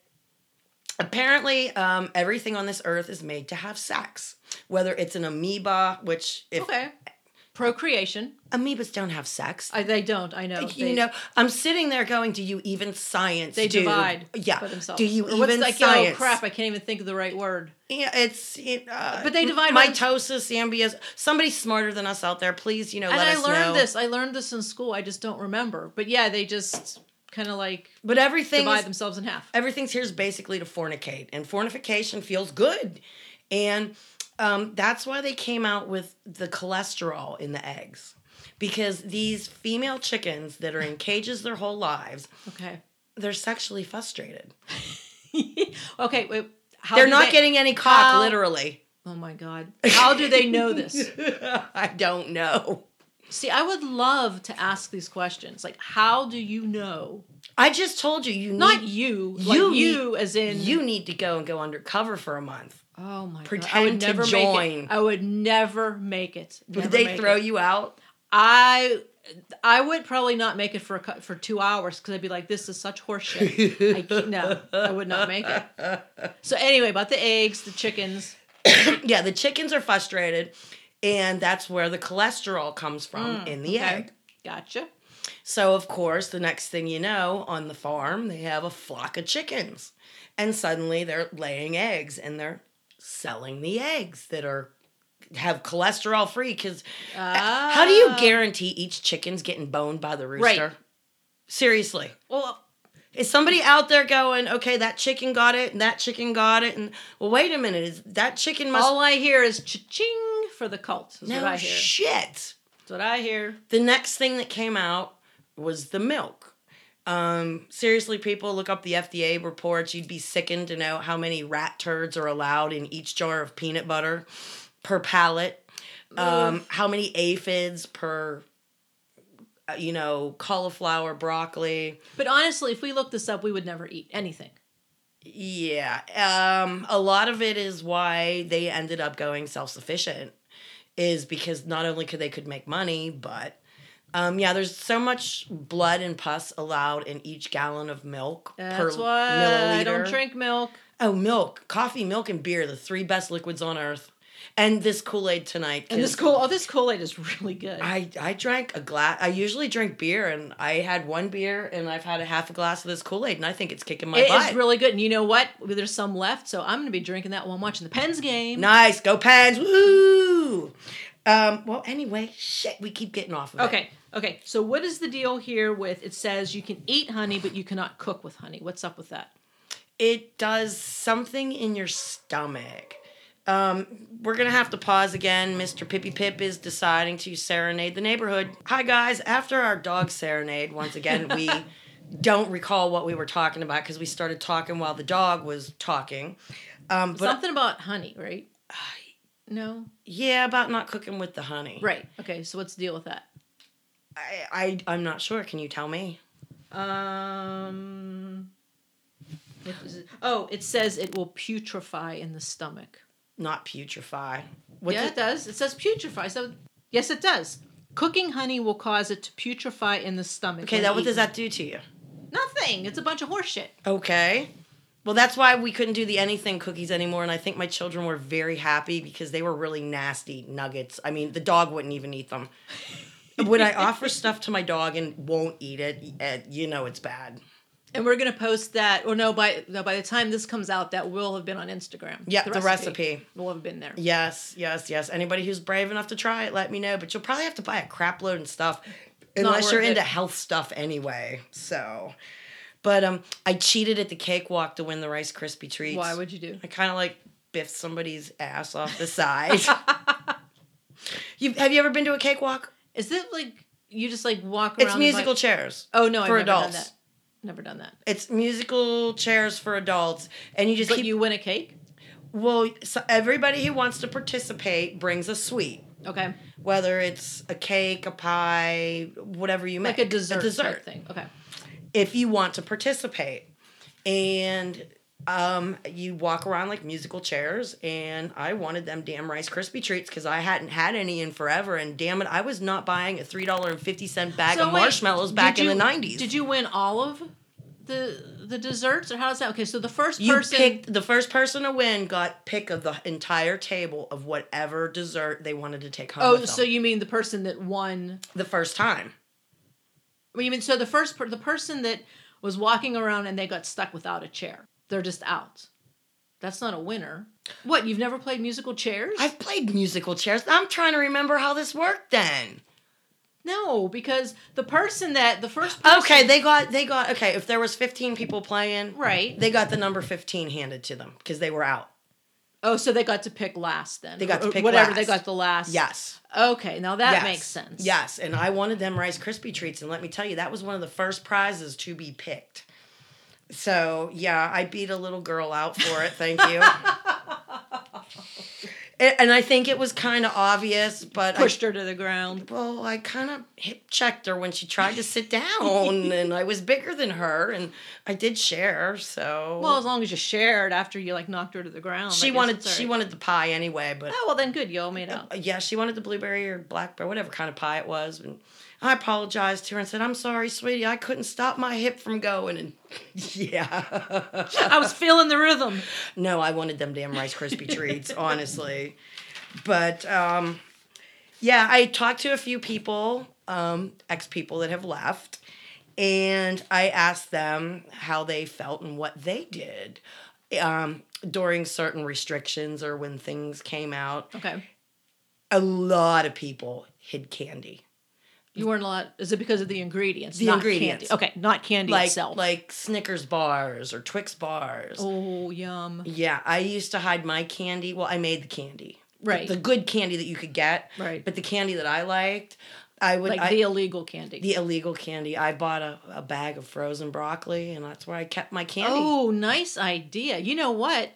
Speaker 2: apparently, um, everything on this earth is made to have sex, whether it's an amoeba, which if
Speaker 1: Okay. Procreation.
Speaker 2: amoebas don't have sex.
Speaker 1: I, they don't. I know.
Speaker 2: you
Speaker 1: They-
Speaker 2: know, I'm sitting there going, "Do you even science?
Speaker 1: They
Speaker 2: do?
Speaker 1: divide.
Speaker 2: yeah.
Speaker 1: For themselves.
Speaker 2: Do you
Speaker 1: Or
Speaker 2: even
Speaker 1: what's like,
Speaker 2: science?
Speaker 1: Oh crap! I can't even think of the right word.
Speaker 2: Yeah, it's it, uh,
Speaker 1: But they divide what-
Speaker 2: mitosis, ambias. Somebody smarter than us out there, please, you know,
Speaker 1: and
Speaker 2: let
Speaker 1: I
Speaker 2: us
Speaker 1: learned
Speaker 2: know.
Speaker 1: this. I learned this in school. I just don't remember. But yeah, they just kind of like
Speaker 2: But everything
Speaker 1: divide
Speaker 2: is-
Speaker 1: themselves in half.
Speaker 2: everything's here is basically to fornicate, and fornication feels good, and um, that's why they came out with the cholesterol in the eggs, because these female chickens that are in cages their whole lives,
Speaker 1: Okay.
Speaker 2: they're sexually frustrated.
Speaker 1: okay. Wait. How
Speaker 2: They're
Speaker 1: do
Speaker 2: not
Speaker 1: they-
Speaker 2: getting any cock,
Speaker 1: how-
Speaker 2: literally.
Speaker 1: Oh my god. How do they know this?
Speaker 2: I don't know.
Speaker 1: See, I would love to ask these questions. Like, how do you know?
Speaker 2: I just told you you
Speaker 1: Not
Speaker 2: need,
Speaker 1: you. Like
Speaker 2: You
Speaker 1: you,
Speaker 2: need-
Speaker 1: as in
Speaker 2: you need to go and go undercover for a month.
Speaker 1: Oh my god! I
Speaker 2: Pretend
Speaker 1: would
Speaker 2: to
Speaker 1: never make
Speaker 2: join.
Speaker 1: it. I would never make it. Never
Speaker 2: Would they
Speaker 1: make
Speaker 2: throw
Speaker 1: it.
Speaker 2: you out?
Speaker 1: I I would probably not make it for a, cou- for two hours because I'd be like, this is such horseshit. I can't, no, I would not make it. So anyway, about the eggs, the chickens.
Speaker 2: yeah, the chickens are frustrated, and that's where the cholesterol comes from in the
Speaker 1: Okay.
Speaker 2: egg.
Speaker 1: Gotcha.
Speaker 2: So, of course, the next thing you know, on the farm, they have a flock of chickens, and suddenly they're laying eggs and they're selling the eggs that are have cholesterol free because how do you
Speaker 1: Ah.
Speaker 2: guarantee each chicken's getting boned by the
Speaker 1: Right.
Speaker 2: rooster? Seriously.
Speaker 1: Well,
Speaker 2: Is somebody out there going, okay, that chicken got it and that chicken got it? And well, wait a minute, is that chicken must
Speaker 1: all I hear is cha-ching for the cult. Is what I
Speaker 2: no
Speaker 1: hear.
Speaker 2: shit.
Speaker 1: That's what I hear.
Speaker 2: The next thing that came out was the milk. Um, seriously, people, look up the FDA reports. You'd be sickened to know how many rat turds are allowed in each jar of peanut butter per pallet, um, how many aphids per uh, you know, cauliflower, broccoli.
Speaker 1: But honestly, if we looked this up, we would never eat anything.
Speaker 2: Yeah. Um, a lot of it is why they ended up going self sufficient, is because not only could they could make money, but um, yeah, there's so much blood and pus allowed in each gallon of milk
Speaker 1: That's why I don't drink milk.
Speaker 2: Oh, milk, coffee, milk, and beer, the three best liquids on earth. And this Kool Aid tonight.
Speaker 1: And this
Speaker 2: 'cause
Speaker 1: Kool, oh, this Kool Aid is really good.
Speaker 2: I, I drank a glass. I usually drink beer, and I had one beer, and I've had a half a glass of this Kool Aid, and I think it's kicking my
Speaker 1: It is
Speaker 2: butt.
Speaker 1: really good. And you know what? There's some left, so I'm going to be drinking that while I'm watching the Pens game.
Speaker 2: Nice, go Pens! Woo! Um, well, anyway, shit, we keep getting off of it.
Speaker 1: Okay, okay. So what is the deal here with it says you can eat honey, but you cannot cook with honey? What's up with that?
Speaker 2: It does something in your stomach. Um, we're gonna have to pause again. Mr. Pippy Pip is deciding to serenade the neighborhood. Hi guys, after our dog serenade, once again, we don't recall what we were talking about because we started talking while the dog was talking. Um, but
Speaker 1: Something about honey, right? No,
Speaker 2: yeah, about not cooking with the honey.
Speaker 1: right. Okay, so what's the deal with that?
Speaker 2: I, I I'm not sure. Can you tell me?
Speaker 1: Um. what is it? Oh, it says it will putrefy in the stomach.
Speaker 2: Not putrefy. What's
Speaker 1: yeah,
Speaker 2: it-
Speaker 1: it does. It says putrefy. So yes, it does. Cooking honey will cause it to putrefy in the stomach.
Speaker 2: Okay,
Speaker 1: when
Speaker 2: that what does
Speaker 1: eaten.
Speaker 2: that do to you?
Speaker 1: Nothing. It's a bunch of horseshit.
Speaker 2: Okay. Well, that's why we couldn't do the anything cookies anymore, and I think my children were very happy because they were really nasty nuggets. I mean, the dog wouldn't even eat them. when I offer stuff to my dog and won't eat it, eh, you know it's bad.
Speaker 1: And we're gonna post that. Or no, by no, by the time this comes out, that will have been on Instagram.
Speaker 2: Yeah, the recipe.
Speaker 1: will have been there.
Speaker 2: Yes, yes, yes. Anybody who's brave enough to try it, let me know. But you'll probably have to buy a crap load and stuff, unless you're
Speaker 1: worth it.
Speaker 2: into health stuff anyway. So, but um, I cheated at the cakewalk to win the Rice Krispie treats.
Speaker 1: Why would you do?
Speaker 2: I kind of like biffed somebody's ass off the side. you have you ever been to a cakewalk?
Speaker 1: Is it like you just like walk around?
Speaker 2: It's
Speaker 1: and
Speaker 2: musical
Speaker 1: buy-
Speaker 2: chairs.
Speaker 1: oh no, I've
Speaker 2: for
Speaker 1: never
Speaker 2: adults.
Speaker 1: done that. Never done that.
Speaker 2: It's musical chairs for adults, and you just
Speaker 1: But
Speaker 2: keep.
Speaker 1: you win a cake.
Speaker 2: well, so everybody who wants to participate brings a sweet,
Speaker 1: Okay,
Speaker 2: whether it's a cake, a pie, whatever you make,
Speaker 1: like a dessert,
Speaker 2: dessert.
Speaker 1: type thing. Okay.
Speaker 2: if you want to participate. And um, you walk around like musical chairs, and I wanted them damn Rice Krispie treats because I hadn't had any in forever. And damn it, I was not buying a three dollar and fifty cent bag
Speaker 1: So
Speaker 2: of
Speaker 1: wait,
Speaker 2: marshmallows
Speaker 1: did
Speaker 2: back in the
Speaker 1: you-
Speaker 2: nineties.
Speaker 1: Did you win all of the the desserts, or how does that? Okay, so the first
Speaker 2: You
Speaker 1: person.
Speaker 2: picked the first person to win got pick of the entire table of whatever dessert they wanted to take home.
Speaker 1: oh,
Speaker 2: with
Speaker 1: so
Speaker 2: them
Speaker 1: you mean the person that won?
Speaker 2: the first time.
Speaker 1: well, You mean so the first per, the person that was walking around and they got stuck without a chair? They're just out. That's not a winner. What? You've never played musical chairs?
Speaker 2: I've played musical chairs. I'm trying to remember how this worked then.
Speaker 1: no, because the person that the first person,
Speaker 2: Okay, they got they got okay, if there was 15 people playing,
Speaker 1: right.
Speaker 2: They got the number 15 handed to them because they were out.
Speaker 1: oh, so they got to pick last then.
Speaker 2: They got to
Speaker 1: Or
Speaker 2: pick
Speaker 1: whatever. They
Speaker 2: last.
Speaker 1: got the last.
Speaker 2: Yes.
Speaker 1: Okay, now that
Speaker 2: yes.
Speaker 1: makes sense.
Speaker 2: Yes. And I wanted them Rice Krispie treats. And let me tell you, that was one of the first prizes to be picked. So, yeah, I beat a little girl out for it. Thank you. A- and I think it was kind of obvious, but I,
Speaker 1: Pushed her to the ground.
Speaker 2: well, I kind of hip checked her when she tried to sit down, and I was bigger than her, and I did share. So,
Speaker 1: Well, as long as you shared after you like knocked her to the ground. I
Speaker 2: she
Speaker 1: guess
Speaker 2: wanted
Speaker 1: it's all
Speaker 2: she
Speaker 1: right.
Speaker 2: wanted the pie anyway, but
Speaker 1: Oh well, then good. You all made out.
Speaker 2: Uh, Yeah, she wanted the blueberry or blackberry, whatever kind of pie it was. And I apologized to her and said, I'm sorry, sweetie, I couldn't stop my hip from going. And yeah.
Speaker 1: I was feeling the rhythm.
Speaker 2: no, I wanted them damn Rice Krispie treats, honestly. But um, yeah, I talked to a few people, um, ex people that have left, and I asked them how they felt and what they did um, during certain restrictions or when things came out
Speaker 1: Okay,
Speaker 2: a lot of people hid candy.
Speaker 1: you weren't a lot. Is it because of the ingredients?
Speaker 2: The
Speaker 1: not
Speaker 2: ingredients.
Speaker 1: Candy. Okay, not candy
Speaker 2: Like
Speaker 1: itself.
Speaker 2: like Snickers bars or Twix bars.
Speaker 1: oh yum.
Speaker 2: Yeah, I used to hide my candy. Well, I made the candy. The-
Speaker 1: Right.
Speaker 2: The, good candy that you could get.
Speaker 1: Right.
Speaker 2: But the candy that I liked, I would
Speaker 1: like
Speaker 2: I-
Speaker 1: the illegal candy.
Speaker 2: the illegal candy. I bought a, a bag of frozen broccoli and that's where I kept my candy.
Speaker 1: oh, nice idea. You know what?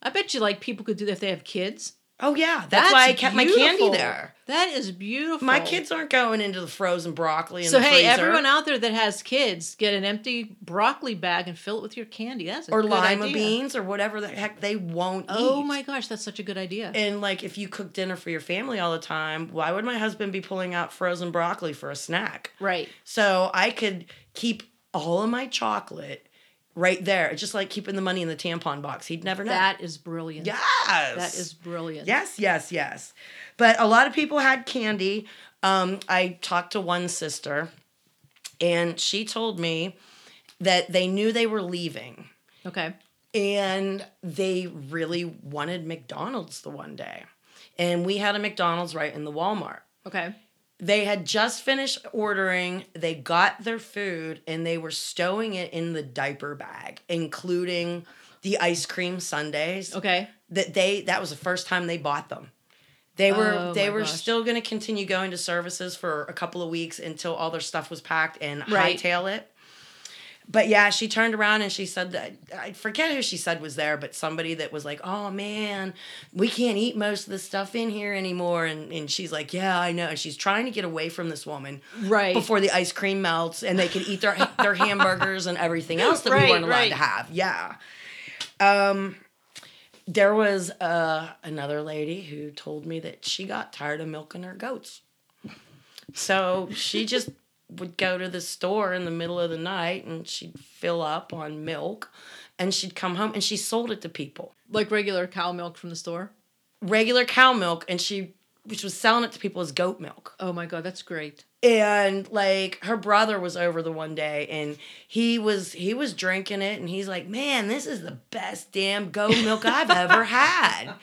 Speaker 1: I bet you like people could do that if they have kids.
Speaker 2: Oh yeah, that's, why I kept my candy
Speaker 1: beautiful.
Speaker 2: there.
Speaker 1: That is beautiful.
Speaker 2: My kids aren't going into the frozen broccoli. And
Speaker 1: So
Speaker 2: the
Speaker 1: hey,
Speaker 2: freezer.
Speaker 1: everyone out there that has kids, get an empty broccoli bag and fill it with your candy. That's a
Speaker 2: or
Speaker 1: good
Speaker 2: lima
Speaker 1: idea.
Speaker 2: beans or whatever the heck they won't
Speaker 1: Oh
Speaker 2: eat.
Speaker 1: my gosh, that's such a good idea.
Speaker 2: And like, if you cook dinner for your family all the time, why would my husband be pulling out frozen broccoli for a snack?
Speaker 1: right.
Speaker 2: So I could keep all of my chocolate right there, just like keeping the money in the tampon box. He'd never know.
Speaker 1: That is brilliant.
Speaker 2: yes,
Speaker 1: That is brilliant.
Speaker 2: Yes, yes, yes. But a lot of people had candy. Um, I talked to one sister, and she told me that they knew they were leaving,
Speaker 1: Okay.
Speaker 2: and they really wanted McDonald's the one day. And we had a McDonald's right in the Walmart.
Speaker 1: Okay.
Speaker 2: They had just finished ordering, they got their food, and they were stowing it in the diaper bag, including the ice cream sundaes
Speaker 1: Okay.
Speaker 2: that they that was the first time they bought them. They were
Speaker 1: Oh,
Speaker 2: they
Speaker 1: my
Speaker 2: were
Speaker 1: gosh.
Speaker 2: still going to continue going to services for a couple of weeks until all their stuff was packed and
Speaker 1: Right.
Speaker 2: hightail it. But yeah, she turned around and she said that I forget who she said was there, but somebody that was like, "Oh man, we can't eat most of the stuff in here anymore." And and she's like, "Yeah, I know." And she's trying to get away from this woman
Speaker 1: Right.
Speaker 2: before the ice cream melts and they can eat their their hamburgers and everything else that
Speaker 1: Right,
Speaker 2: we weren't allowed
Speaker 1: right.
Speaker 2: to have. Yeah. Um there was uh, another lady who told me that she got tired of milking her goats. So she just would go to the store in the middle of the night and she'd fill up on milk and she'd come home and she sold it to people.
Speaker 1: like regular cow milk from the store.
Speaker 2: Regular cow milk and she which was selling it to people as goat milk.
Speaker 1: Oh my god, that's great.
Speaker 2: and like her brother was over the one day and he was he was drinking it and he's like man this is the best damn goat milk i've ever had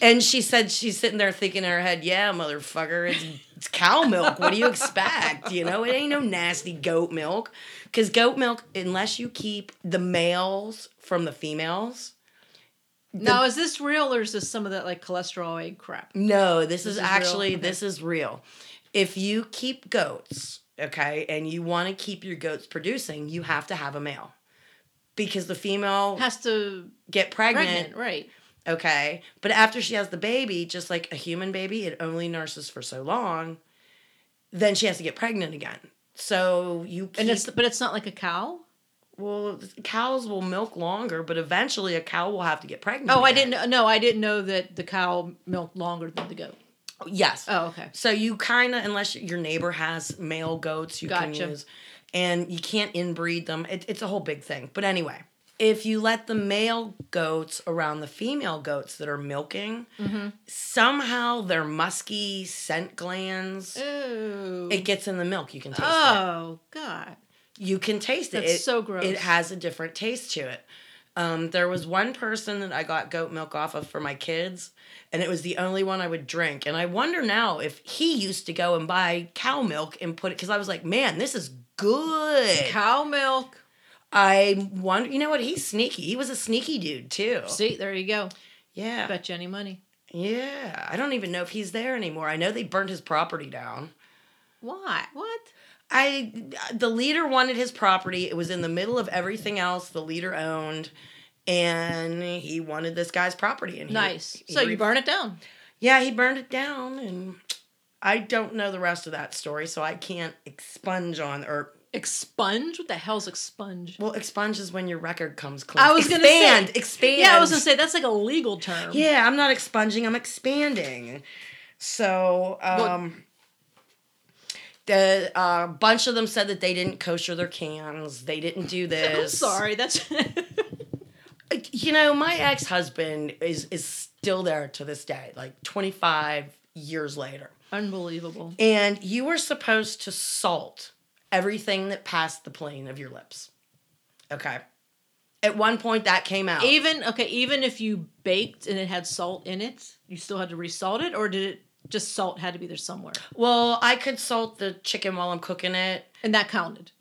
Speaker 2: and she said she's sitting there thinking in her head yeah motherfucker it's, it's cow milk what do you expect you know it ain't no nasty goat milk because goat milk unless you keep the males from the females
Speaker 1: now, is this real or is this some of that like cholesterol egg crap?
Speaker 2: No, this, is,
Speaker 1: is real?
Speaker 2: actually
Speaker 1: Okay.
Speaker 2: this is real. If you keep goats, okay, and you want to keep your goats producing, you have to have a male. Because the female
Speaker 1: Has to
Speaker 2: get pregnant,
Speaker 1: pregnant, right?
Speaker 2: okay? But after she has the baby, just like a human baby, it only nurses for so long, then she has to get pregnant again. So you keep,
Speaker 1: And it's but it's not like a cow.
Speaker 2: well cows will milk longer, but eventually a cow will have to get pregnant.
Speaker 1: Oh, I
Speaker 2: again.
Speaker 1: didn't. No, I didn't know that the cow milked longer than the goat.
Speaker 2: Yes.
Speaker 1: Oh, okay.
Speaker 2: So you kind of, unless your neighbor has male goats, you
Speaker 1: Gotcha.
Speaker 2: can use, and you can't inbreed them. It, it's a whole big thing. But anyway, if you let the male goats around the female goats that are milking,
Speaker 1: Mm-hmm.
Speaker 2: somehow their musky scent glands.
Speaker 1: Oh.
Speaker 2: It gets in the milk. You can taste it.
Speaker 1: Oh God.
Speaker 2: You can taste it.
Speaker 1: That's
Speaker 2: It-
Speaker 1: so gross.
Speaker 2: It has a different taste to it. Um, there was one person that I got goat milk off of for my kids, and it was the only one I would drink. And I wonder now if he used to go and buy cow milk and put it because I was like, man, this is good.
Speaker 1: Cow milk.
Speaker 2: I wonder, you know what? He's sneaky. He was a sneaky dude too.
Speaker 1: See, there you go.
Speaker 2: Yeah,
Speaker 1: Bet you any money.
Speaker 2: yeah. I don't even know if he's there anymore. I know they burned his property down.
Speaker 1: What? What?
Speaker 2: I the leader wanted his property. It was in the middle of everything else the leader owned, and he wanted this guy's property. And he,
Speaker 1: Nice.
Speaker 2: he
Speaker 1: so
Speaker 2: re-
Speaker 1: you burn it down.
Speaker 2: Yeah, he burned it down, and I don't know the rest of that story, so I can't expunge on or
Speaker 1: Expunge? What the hell's expunge?
Speaker 2: well, expunge is when your record comes clean.
Speaker 1: I was gonna say-
Speaker 2: expand, expand.
Speaker 1: Yeah, I was gonna say that's like a legal term.
Speaker 2: Yeah, I'm not expunging, I'm expanding. So, um, the uh, bunch of them said that they didn't kosher their cans. They didn't do this.
Speaker 1: I'm sorry. That's
Speaker 2: You know, my ex husband is is still there to this day, like 25 years later.
Speaker 1: unbelievable.
Speaker 2: And you were supposed to salt everything that passed the plane of your lips. Okay. At one point, that came out.
Speaker 1: Even okay, even if you baked and it had salt in it, you still had to resalt it, or did it just salt had to be there somewhere,
Speaker 2: well, I could salt the chicken while I'm cooking it.
Speaker 1: and that counted.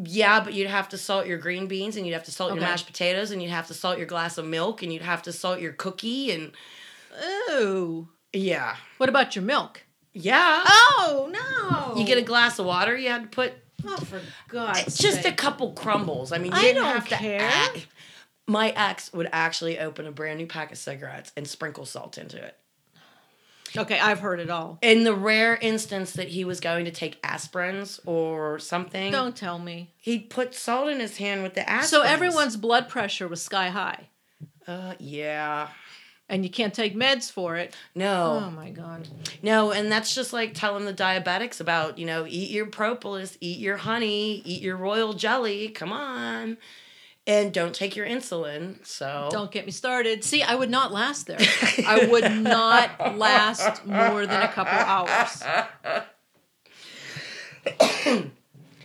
Speaker 2: Yeah, but you'd have to salt your green beans and you'd have to salt
Speaker 1: Okay.
Speaker 2: your mashed potatoes and you'd have to salt your glass of milk and you'd have to salt your cookie and
Speaker 1: Oh,
Speaker 2: yeah.
Speaker 1: what about your milk?
Speaker 2: Yeah.
Speaker 1: Oh no!
Speaker 2: You get a glass of water, you had to put
Speaker 1: Oh, for God's
Speaker 2: It's just a
Speaker 1: sake.
Speaker 2: couple crumbles. I mean, you
Speaker 1: I
Speaker 2: didn't
Speaker 1: don't
Speaker 2: have to
Speaker 1: care.
Speaker 2: add- My ex would actually open a brand new pack of cigarettes and sprinkle salt into it.
Speaker 1: Okay, I've heard it all.
Speaker 2: In the rare instance that he was going to take aspirins or something,
Speaker 1: Don't tell me.
Speaker 2: he put salt in his hand with the aspirins.
Speaker 1: So everyone's blood pressure was sky high,
Speaker 2: Uh, yeah.
Speaker 1: and you can't take meds for it. Oh,
Speaker 2: No,
Speaker 1: my god.
Speaker 2: no, and that's just like telling the diabetics about, you know, eat your propolis, eat your honey, eat your royal jelly, come on. And don't take your insulin. So
Speaker 1: Don't get me started. See, I would not last there. I would not last more than a couple hours.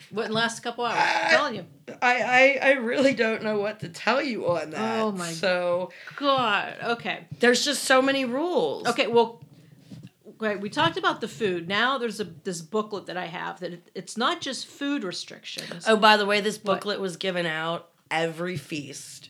Speaker 1: Wouldn't last a couple hours. I'm telling you.
Speaker 2: I, I, I really don't know what to tell you on that.
Speaker 1: Oh, my-
Speaker 2: So
Speaker 1: God. Okay.
Speaker 2: there's just so many rules.
Speaker 1: Okay. Well, right. We talked about the food. Now there's a this booklet that I have that it, it's not just food restrictions.
Speaker 2: Oh, by the way, this booklet was given out every feast.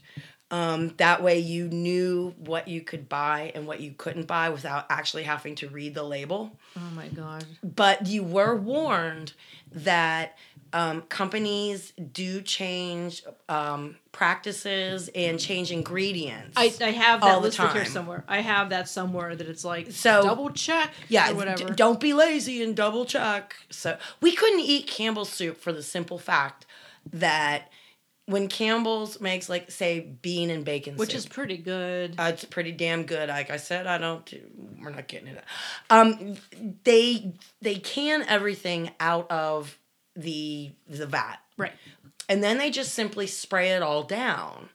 Speaker 2: Um, that way you knew what you could buy and what you couldn't buy without actually having to read the label.
Speaker 1: oh my god.
Speaker 2: But you were warned that um, companies do change um, practices and change ingredients.
Speaker 1: I, I have that
Speaker 2: All the
Speaker 1: listed here
Speaker 2: time.
Speaker 1: somewhere. I have that somewhere that it's like
Speaker 2: So-
Speaker 1: double check
Speaker 2: yeah,
Speaker 1: or whatever.
Speaker 2: d- don't be lazy and double check. So we couldn't eat Campbell's soup for the simple fact that when Campbell's makes like say bean and bacon,
Speaker 1: which
Speaker 2: soup,
Speaker 1: is pretty good.
Speaker 2: Uh, it's pretty damn good. Like I said, I don't. We're not getting it. Um, they they can everything out of the the vat,
Speaker 1: right.
Speaker 2: and then they just simply spray it all down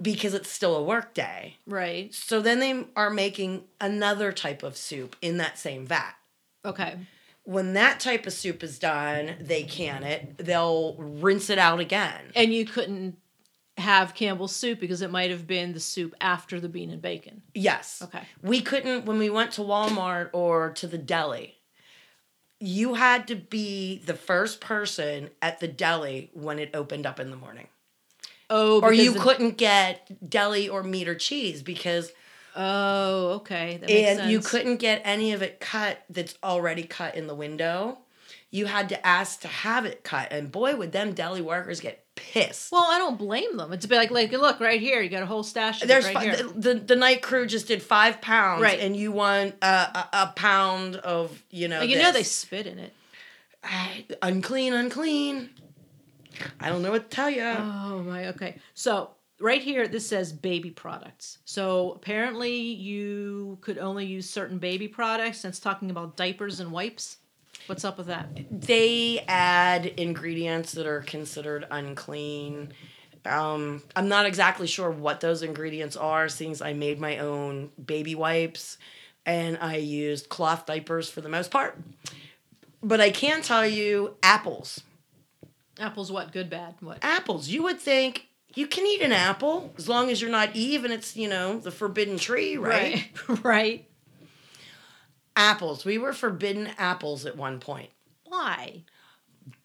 Speaker 2: because it's still a work day.
Speaker 1: Right.
Speaker 2: So then they are making another type of soup in that same vat.
Speaker 1: Okay.
Speaker 2: When that type of soup is done, they can it. They'll rinse it out again.
Speaker 1: And you couldn't have Campbell's soup because it might have been the soup after the bean and bacon.
Speaker 2: Yes.
Speaker 1: Okay.
Speaker 2: We couldn't when we went to Walmart or to the deli. You had to be the first person at the deli when it opened up in the morning.
Speaker 1: Oh,
Speaker 2: Or
Speaker 1: because
Speaker 2: you
Speaker 1: the-
Speaker 2: couldn't get deli or meat or cheese because
Speaker 1: Oh, okay. That makes
Speaker 2: and you
Speaker 1: sense.
Speaker 2: couldn't get any of it cut that's already cut in the window. You had to ask to have it cut and boy would them deli workers get pissed.
Speaker 1: Well, I don't blame them. It's a bit like, like look right here. You got a whole stash of
Speaker 2: There's
Speaker 1: it
Speaker 2: fi-
Speaker 1: right here.
Speaker 2: the, the the night crew just did five pounds,
Speaker 1: Right.
Speaker 2: and you want a, a, a pound of you know.
Speaker 1: Like, you know they
Speaker 2: this.
Speaker 1: spit in it.
Speaker 2: I- unclean, unclean. I don't know what to tell you.
Speaker 1: Oh my. Okay. So right here, this says baby products. So apparently, you could only use certain baby products. Since talking about diapers and wipes, what's up with that?
Speaker 2: they add ingredients that are considered unclean. Um, I'm not exactly sure what those ingredients are, seeing as I made my own baby wipes and I used cloth diapers for the most part. But I can tell you apples.
Speaker 1: Apples, what good, bad, what?
Speaker 2: Apples, you would think you can eat an apple as long as you're not Eve and it's, you know, the forbidden tree, right?
Speaker 1: Right. right.
Speaker 2: Apples. We were forbidden apples at one point.
Speaker 1: Why?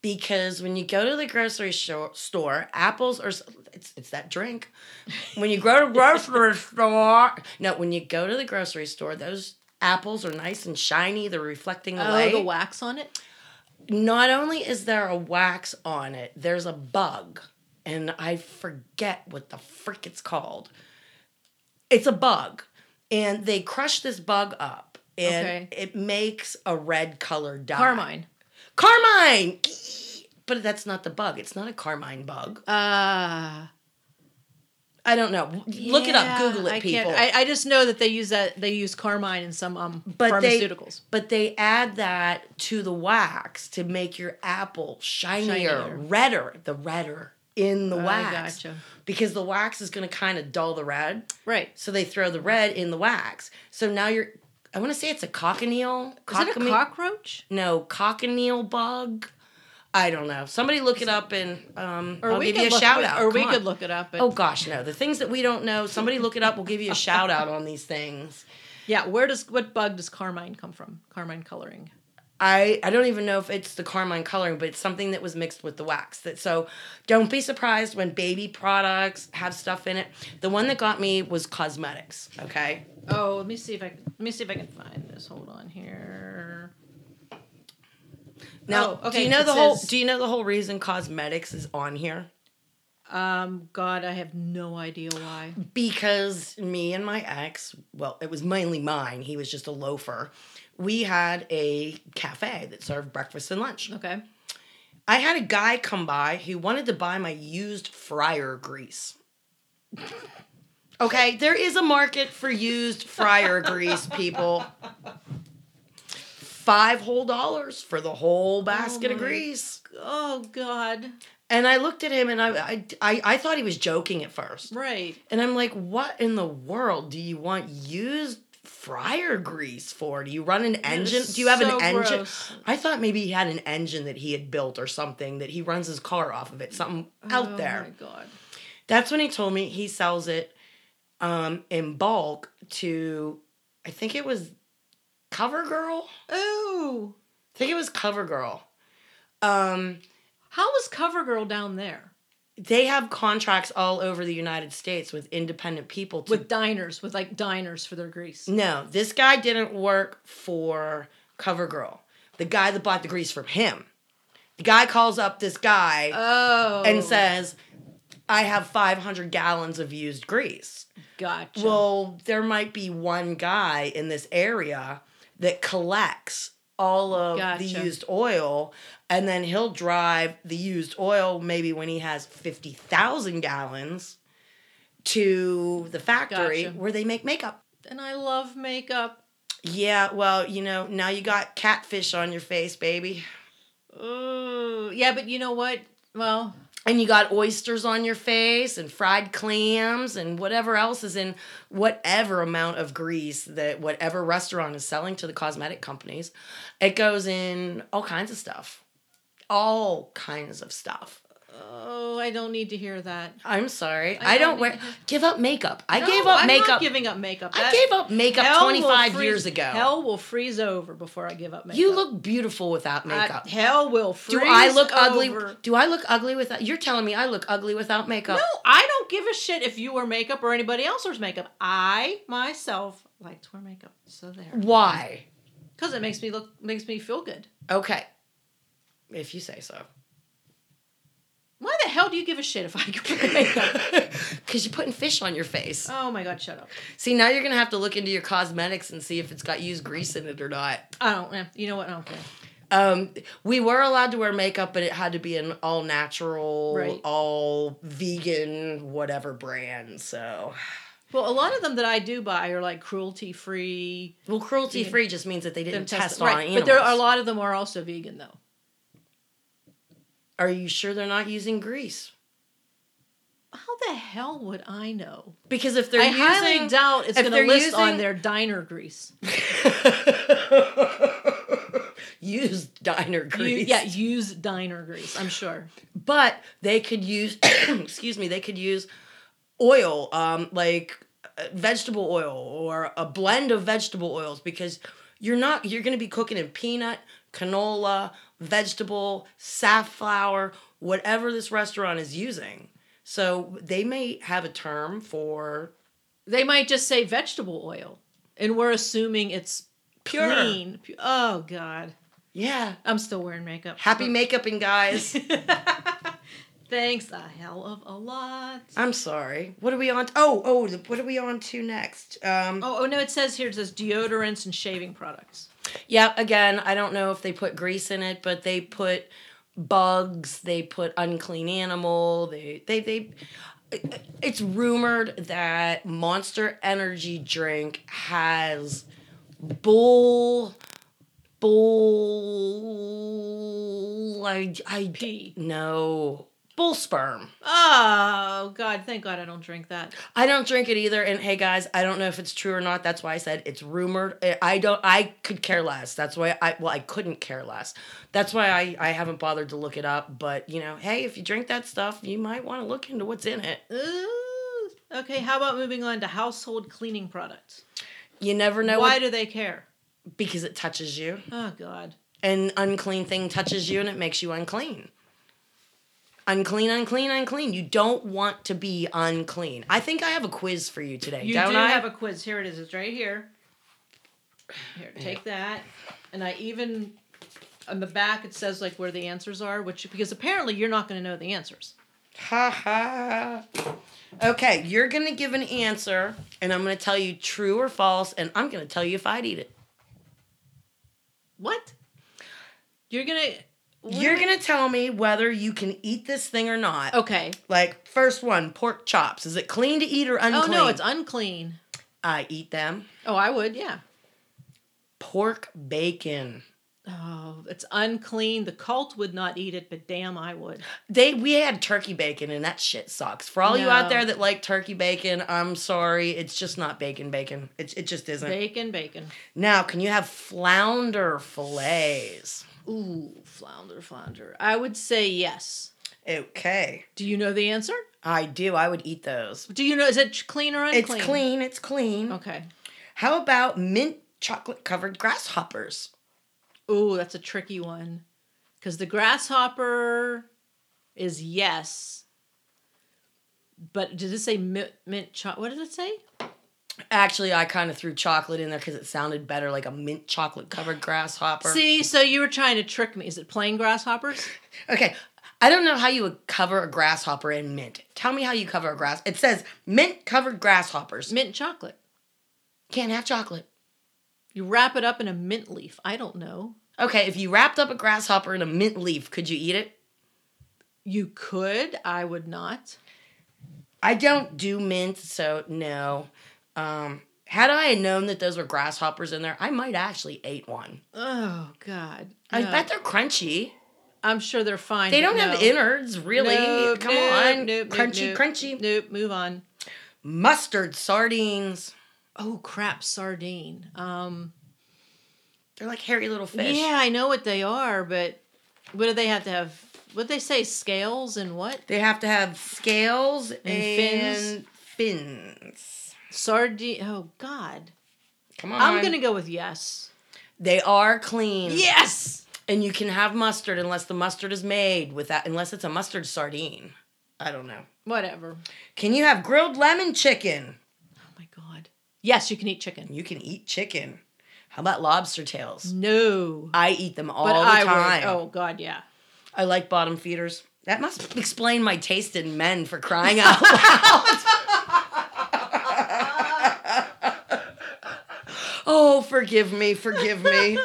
Speaker 2: because when you go to the grocery sho- store, apples are s- it's it's that drink. When you go to the grocery store, no, when you go to the grocery store, those apples are nice and shiny. They're reflecting the
Speaker 1: Oh,
Speaker 2: light.
Speaker 1: the wax on it.
Speaker 2: Not only is there a wax on it, there's a bug, and I forget what the frick it's called. It's a bug, and they crush this bug up, and
Speaker 1: Okay.
Speaker 2: it makes a red colored dye.
Speaker 1: Carmine.
Speaker 2: Carmine! But that's not the bug. It's not a carmine bug.
Speaker 1: Uh,
Speaker 2: I don't know. Look it up.
Speaker 1: yeah,
Speaker 2: Google it,
Speaker 1: I can't-
Speaker 2: people.
Speaker 1: I, I just know that they use that. They use carmine in some um
Speaker 2: but they,
Speaker 1: pharmaceuticals.
Speaker 2: but they add that to the wax to make your apple shinier,
Speaker 1: Shinier.
Speaker 2: redder. The redder in the
Speaker 1: I
Speaker 2: wax.
Speaker 1: gotcha.
Speaker 2: Because the wax is going to kind of dull the red.
Speaker 1: Right.
Speaker 2: So they throw the red in the wax. So now you're, I want to say it's a cochineal.
Speaker 1: Is it a
Speaker 2: cochime-
Speaker 1: cockroach?
Speaker 2: No, cochineal bug. I don't know. Somebody look it up and um,
Speaker 1: Or
Speaker 2: I'll
Speaker 1: we
Speaker 2: give
Speaker 1: could
Speaker 2: you a
Speaker 1: look,
Speaker 2: shout out.
Speaker 1: Or we
Speaker 2: Come on.
Speaker 1: could look it up. But
Speaker 2: Oh gosh, no. The things that we don't know, somebody look it up. We'll give you a shout out on these things.
Speaker 1: yeah, where does what bug does carmine come from? Carmine coloring.
Speaker 2: I I don't even know if it's the carmine coloring, but it's something that was mixed with the wax. That so don't be surprised when baby products have stuff in it. The one that got me was cosmetics, okay?
Speaker 1: Oh, let me see if I let me see if I can find this. Hold on here.
Speaker 2: Now,
Speaker 1: Oh,
Speaker 2: do
Speaker 1: okay,
Speaker 2: you know
Speaker 1: Oh, it
Speaker 2: the whole
Speaker 1: says-
Speaker 2: do you know the whole reason cosmetics is on here?
Speaker 1: Um, God, I have no idea why.
Speaker 2: because me and my ex, well, it was mainly mine, he was just a loafer. We had a cafe that served breakfast and lunch.
Speaker 1: Okay.
Speaker 2: I had a guy come by who wanted to buy my used fryer grease. Okay, there is a market for used fryer grease, people. Five whole dollars for the whole basket of
Speaker 1: my-
Speaker 2: grease.
Speaker 1: Oh God.
Speaker 2: And I looked at him and I, I, I, I thought he was joking at first.
Speaker 1: Right.
Speaker 2: And I'm like, what in the world do you want used fryer grease for? Do you run an engine?
Speaker 1: is
Speaker 2: Do you have
Speaker 1: so
Speaker 2: an engine?
Speaker 1: gross.
Speaker 2: I thought maybe he had an engine that he had built or something that he runs his car off of it, something out
Speaker 1: oh,
Speaker 2: there.
Speaker 1: my God.
Speaker 2: That's when he told me he sells it um, in bulk to, I think it was CoverGirl. I
Speaker 1: Ooh.
Speaker 2: think it was CoverGirl. Um,
Speaker 1: How was CoverGirl down there
Speaker 2: they have contracts all over the United States with independent people to
Speaker 1: with diners, with like diners for their grease?
Speaker 2: No, this guy didn't work for CoverGirl. The guy that bought the grease from him. The guy calls up this guy
Speaker 1: Oh.
Speaker 2: and says, I have 500 gallons of used grease.
Speaker 1: gotcha.
Speaker 2: Well, there might be one guy in this area that collects all of the
Speaker 1: Gotcha.
Speaker 2: used oil, and then he'll drive the used oil maybe when he has 50,000 gallons to the factory
Speaker 1: Gotcha.
Speaker 2: where they make makeup.
Speaker 1: and I love makeup.
Speaker 2: Yeah, well, you know, now you got catfish on your face, baby.
Speaker 1: Ooh. Yeah, but you know what? Well,
Speaker 2: And you got oysters on your face and fried clams and whatever else is in whatever amount of grease that whatever restaurant is selling to the cosmetic companies. It goes in all kinds of stuff. All kinds of stuff.
Speaker 1: oh, I don't need to hear that.
Speaker 2: I'm sorry.
Speaker 1: I
Speaker 2: I, don't
Speaker 1: don't
Speaker 2: wear give up makeup. I
Speaker 1: No,
Speaker 2: gave up
Speaker 1: I'm Not
Speaker 2: makeup.
Speaker 1: giving up makeup.
Speaker 2: I
Speaker 1: That-
Speaker 2: gave up makeup
Speaker 1: hell will
Speaker 2: 25
Speaker 1: freeze-
Speaker 2: years ago.
Speaker 1: Hell will freeze over before I give up makeup.
Speaker 2: you look beautiful without
Speaker 1: I-
Speaker 2: makeup.
Speaker 1: hell will freeze.
Speaker 2: Do I look ugly?
Speaker 1: over.
Speaker 2: Do I look ugly without? You're telling me I look ugly without makeup.
Speaker 1: No, I don't give a shit if you wear makeup or anybody else wears makeup. I myself like to wear makeup. So there.
Speaker 2: Why?
Speaker 1: Because it makes me look makes me feel good.
Speaker 2: Okay, if you say so.
Speaker 1: Why the hell do you give a shit if I wear makeup?
Speaker 2: Because you're putting fish on your face.
Speaker 1: oh my god, shut up.
Speaker 2: See, now you're gonna have to look into your cosmetics and see if it's got used grease in it or not.
Speaker 1: I don't eh, you know what? I don't care.
Speaker 2: Um, we were allowed to wear makeup, but it had to be an all natural,
Speaker 1: Right.
Speaker 2: all vegan, whatever brand. So,
Speaker 1: Well, a lot of them that I do buy are like cruelty free.
Speaker 2: well, cruelty free just means that they didn't test, on animals.
Speaker 1: But there are a lot of them are also vegan though.
Speaker 2: Are you sure they're not using grease?
Speaker 1: How the hell would I know?
Speaker 2: Because if they're
Speaker 1: I
Speaker 2: using
Speaker 1: highly doubt it's
Speaker 2: if
Speaker 1: going to
Speaker 2: they're
Speaker 1: list on
Speaker 2: using-
Speaker 1: their diner grease.
Speaker 2: use diner
Speaker 1: You-
Speaker 2: grease.
Speaker 1: yeah, use diner grease. I'm sure.
Speaker 2: but they could use. excuse me. They could use oil, um, like uh, vegetable oil or a blend of vegetable oils, because you're not. You're going to be cooking in peanut, canola, vegetable, safflower, whatever this restaurant is using. So they may have a term for
Speaker 1: They might just say vegetable oil, and we're assuming it's
Speaker 2: Pure.
Speaker 1: Clean. Pu- Oh God,
Speaker 2: yeah.
Speaker 1: I'm still wearing makeup.
Speaker 2: Happy makeuping, guys.
Speaker 1: Thanks a hell of a lot.
Speaker 2: I'm sorry. What are we on? oh, oh, the- what are we on to next? Um,
Speaker 1: Oh, oh no, it says here it says deodorants and shaving products.
Speaker 2: Yeah, again, I don't know if they put grease in it, but they put bugs, they put unclean animal, they they they it's rumored that Monster Energy drink has bull bull I, I
Speaker 1: Pee.
Speaker 2: no bull sperm.
Speaker 1: Oh God, thank God I don't drink that.
Speaker 2: I don't drink it either. And hey, guys, I don't know if it's true or not. That's why I said it's rumored. I- I don't. I could care less. That's why I. Well, I couldn't care less. That's why I. I haven't bothered to look it up. But you know, hey, if you drink that stuff, you might want to look into what's in it.
Speaker 1: Ooh. Okay, how about moving on to household cleaning products?
Speaker 2: You never know
Speaker 1: Why
Speaker 2: what-
Speaker 1: do they care?
Speaker 2: because it touches you.
Speaker 1: Oh God.
Speaker 2: An unclean thing touches you, and it makes you unclean. Unclean, unclean, unclean. You don't want to be unclean. I think I have a quiz for you today,
Speaker 1: You
Speaker 2: don't
Speaker 1: do
Speaker 2: I?
Speaker 1: have a quiz. Here it is. It's right here. Here, take that. And I even on the back it says like where the answers are, which because apparently you're not going to know the answers.
Speaker 2: Ha ha. Okay, you're gonna give an answer, and I'm gonna tell you true or false, and I'm gonna tell you if I'd eat it.
Speaker 1: What? You're gonna. what
Speaker 2: You're
Speaker 1: am I-
Speaker 2: gonna tell me whether you can eat this thing or not.
Speaker 1: Okay.
Speaker 2: Like first one, pork chops. Is it clean to eat or unclean?
Speaker 1: Oh no, it's unclean.
Speaker 2: I eat them.
Speaker 1: Oh, I would. Yeah.
Speaker 2: Pork bacon.
Speaker 1: Oh, it's unclean. The cult would not eat it, but damn, I would.
Speaker 2: They we had turkey bacon and that shit sucks. For all you out
Speaker 1: No.
Speaker 2: there that like turkey bacon, I'm sorry, it's just not bacon bacon. It it just isn't.
Speaker 1: Bacon, bacon.
Speaker 2: now, can you have flounder fillets?
Speaker 1: Ooh, flounder, flounder. I would say yes.
Speaker 2: Okay.
Speaker 1: Do you know the answer?
Speaker 2: I do. I would eat those.
Speaker 1: Do you know? Is it clean or unclean?
Speaker 2: It's clean. It's clean.
Speaker 1: Okay.
Speaker 2: How about mint chocolate covered grasshoppers?
Speaker 1: Ooh, that's a tricky one. Because the grasshopper is yes. But did it say mint, mint chocolate? What did it say?
Speaker 2: Actually, I kind of threw chocolate in there because it sounded better like a mint chocolate covered grasshopper.
Speaker 1: See, so you were trying to trick me. Is it plain grasshoppers?
Speaker 2: Okay. I don't know how you would cover a grasshopper in mint. Tell me how you cover a grass. It says mint covered grasshoppers.
Speaker 1: mint chocolate.
Speaker 2: Can't have chocolate.
Speaker 1: You wrap it up in a mint leaf. I don't know.
Speaker 2: Okay, if you wrapped up a grasshopper in a mint leaf, could you eat it?
Speaker 1: You could. I would not.
Speaker 2: I don't do mint, so no. Um, had I known that those were grasshoppers in there, I might actually ate one.
Speaker 1: Oh God.
Speaker 2: I
Speaker 1: No.
Speaker 2: bet they're crunchy.
Speaker 1: I'm sure they're fine.
Speaker 2: They
Speaker 1: but
Speaker 2: don't
Speaker 1: no.
Speaker 2: have innards, really.
Speaker 1: Nope,
Speaker 2: Come
Speaker 1: nope,
Speaker 2: on.
Speaker 1: nope, nope,
Speaker 2: crunchy,
Speaker 1: nope.
Speaker 2: crunchy.
Speaker 1: Nope. Move on.
Speaker 2: Mustard, sardines.
Speaker 1: Oh crap! Sardine. Um.
Speaker 2: They're like hairy little fish.
Speaker 1: Yeah, I know what they are, but what do they have to have? What they say? Scales and what?
Speaker 2: They have to have scales and,
Speaker 1: fins?
Speaker 2: fins.
Speaker 1: Sardine. Oh God.
Speaker 2: Come on.
Speaker 1: I'm gonna go with yes.
Speaker 2: They are clean.
Speaker 1: Yes.
Speaker 2: And you can have mustard unless the mustard is made with that, unless it's a mustard sardine. I don't know.
Speaker 1: Whatever.
Speaker 2: Can you have grilled lemon chicken?
Speaker 1: Oh my God. Yes, you can eat chicken.
Speaker 2: You can eat chicken. How about lobster tails?
Speaker 1: No.
Speaker 2: I eat them all
Speaker 1: Mm. but
Speaker 2: the
Speaker 1: I
Speaker 2: time.
Speaker 1: would. Oh God, yeah.
Speaker 2: I like bottom feeders. That must explain my taste in men for crying out loud. oh, forgive me, forgive me.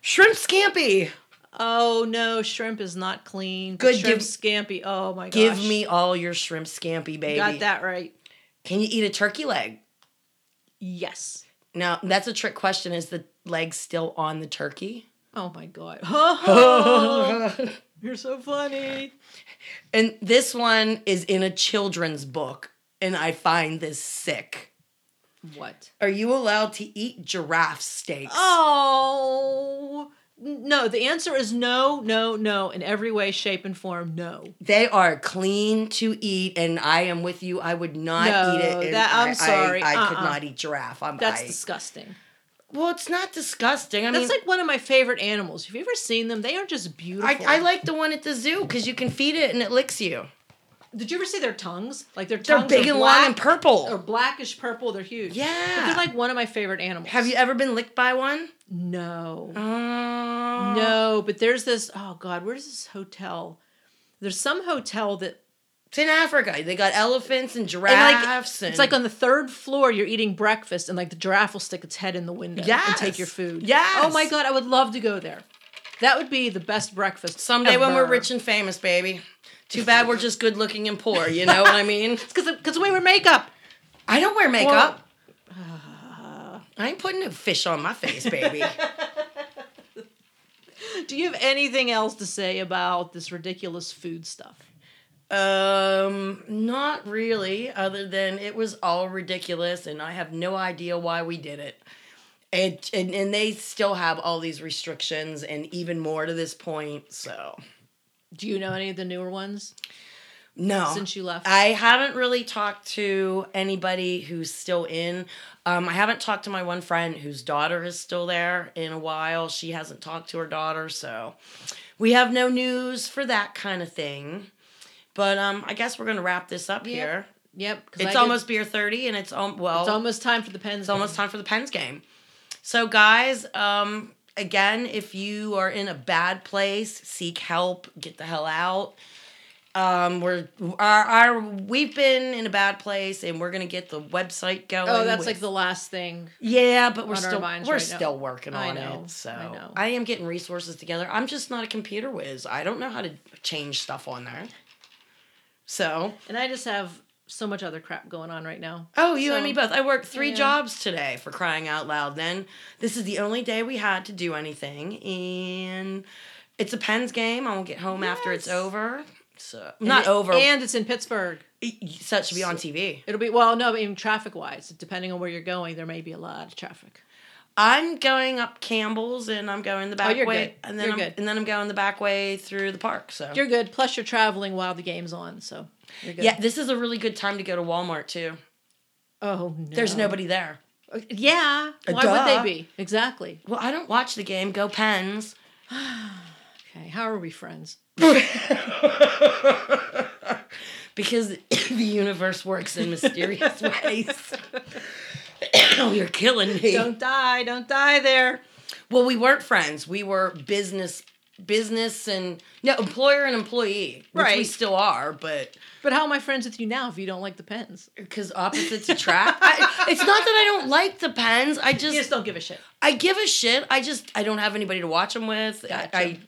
Speaker 2: Shrimp scampi.
Speaker 1: Oh no, shrimp is not clean.
Speaker 2: Good,
Speaker 1: shrimp
Speaker 2: give-
Speaker 1: scampi. Oh my gosh.
Speaker 2: Give me all your shrimp scampi, baby.
Speaker 1: Got that right.
Speaker 2: Can you eat a turkey leg?
Speaker 1: Yes.
Speaker 2: Now, that's a trick question. Is the leg still on the turkey?
Speaker 1: Oh my god. Oh, you're so funny.
Speaker 2: And this one is in a children's book, and I find this sick.
Speaker 1: What?
Speaker 2: Are you allowed to eat giraffe steaks?
Speaker 1: Oh no, the answer is no, no, no, in every way, shape, and form, no.
Speaker 2: They are clean to eat, and I am with you. I would not
Speaker 1: No,
Speaker 2: eat it. and
Speaker 1: that-
Speaker 2: I,
Speaker 1: I'm
Speaker 2: I-
Speaker 1: sorry.
Speaker 2: I, could
Speaker 1: Uh-uh.
Speaker 2: not eat giraffe. I'm,
Speaker 1: That's
Speaker 2: I-
Speaker 1: disgusting.
Speaker 2: well, it's not disgusting. I mean,
Speaker 1: That's like one of my favorite animals. Have you ever seen them? They are just beautiful.
Speaker 2: I, I like the one at the zoo because you can feed it and it licks you.
Speaker 1: Did you ever see their tongues? Like their
Speaker 2: They're
Speaker 1: tongues
Speaker 2: big
Speaker 1: are
Speaker 2: and long
Speaker 1: black
Speaker 2: and purple.
Speaker 1: or blackish purple. They're huge. But
Speaker 2: yeah.
Speaker 1: they're like one of my favorite animals.
Speaker 2: Have you ever been licked by one?
Speaker 1: No.
Speaker 2: Uh,
Speaker 1: No, but there's this. Oh God, where's this hotel? There's some hotel that
Speaker 2: It's in Africa. They got elephants and
Speaker 1: and like
Speaker 2: giraffes. And
Speaker 1: it's like on the third floor. You're eating breakfast, and like the giraffe will stick its head in the window and
Speaker 2: Yes.
Speaker 1: take your food.
Speaker 2: Yes.
Speaker 1: Oh my God, I would love to go there. That would be the best breakfast.
Speaker 2: someday when we're
Speaker 1: ever.
Speaker 2: rich and famous, baby. Too bad we're just good looking and poor. You know what I mean?
Speaker 1: it's because because we wear makeup.
Speaker 2: I don't wear makeup. I ain't putting no fish on my face, baby.
Speaker 1: Do you have anything else to say about this ridiculous food stuff?
Speaker 2: um, not really. Other than it was all ridiculous, and I have no idea why we did it. And and, and they still have all these restrictions, and even more to this point. So
Speaker 1: Do you know any of the newer ones
Speaker 2: no,
Speaker 1: since you left?
Speaker 2: I haven't really talked to anybody who's still in. Um, I haven't talked to my one friend whose daughter is still there in a while. She hasn't talked to her daughter, so we have no news for that kind of thing. But um, I guess we're gonna wrap this up
Speaker 1: Yep.
Speaker 2: here.
Speaker 1: yep. 'cause I
Speaker 2: It's
Speaker 1: did-
Speaker 2: almost beer thirty, and it's um well,
Speaker 1: it's almost time for the pens.
Speaker 2: it's almost time for the Pens game. So, guys, um, again, if you are in a bad place, seek help, get the hell out. Um, we're our, our we've been in a bad place, and we're gonna get the website going.
Speaker 1: Oh, that's
Speaker 2: with-
Speaker 1: like the last thing.
Speaker 2: yeah, but we're
Speaker 1: on our
Speaker 2: still
Speaker 1: minds
Speaker 2: we're
Speaker 1: right now.
Speaker 2: still working
Speaker 1: I
Speaker 2: on
Speaker 1: know,
Speaker 2: it. So
Speaker 1: I know.
Speaker 2: I am getting resources together. I'm just not a computer whiz. I don't know how to change stuff on there. So
Speaker 1: And I just have so much other crap going on right now.
Speaker 2: Oh, you
Speaker 1: So-
Speaker 2: and me both. I worked three
Speaker 1: Yeah.
Speaker 2: jobs today for crying out loud. Then this is the only day we had to do anything, and it's a Pens game. I will get home after it's
Speaker 1: Yes.
Speaker 2: over. So
Speaker 1: And
Speaker 2: not
Speaker 1: it-
Speaker 2: over.
Speaker 1: And it's in Pittsburgh.
Speaker 2: so it should be on TV.
Speaker 1: It'll be well, no, but even traffic wise, depending on where you're going, there may be a lot of traffic.
Speaker 2: I'm going up Campbell's, and I'm going the back
Speaker 1: Oh, you're
Speaker 2: way,
Speaker 1: good.
Speaker 2: and then
Speaker 1: You're
Speaker 2: I'm,
Speaker 1: good.
Speaker 2: and then I'm going the back way through the park. So
Speaker 1: You're good. Plus, you're traveling while the game's on, so you're good.
Speaker 2: yeah, this is a really good time to go to Walmart too.
Speaker 1: Oh no.
Speaker 2: There's nobody there.
Speaker 1: Yeah.
Speaker 2: Uh,
Speaker 1: Why
Speaker 2: duh.
Speaker 1: would they be? Exactly.
Speaker 2: Well, I don't watch the game. Go Pens.
Speaker 1: Okay. How are we friends?
Speaker 2: because the universe works in mysterious ways. oh, you're killing me.
Speaker 1: Don't die. Don't die there.
Speaker 2: well, we weren't friends. We were business, business, and no employer and employee, which we
Speaker 1: Right.
Speaker 2: still are. But
Speaker 1: But how am I friends with you now if you don't like the pens?
Speaker 2: because opposites attract. I, it's not that I don't like the pens. I
Speaker 1: You
Speaker 2: just,
Speaker 1: just don't give a shit.
Speaker 2: I give a shit. I just I don't have anybody to watch them with.
Speaker 1: Gotcha.
Speaker 2: I, I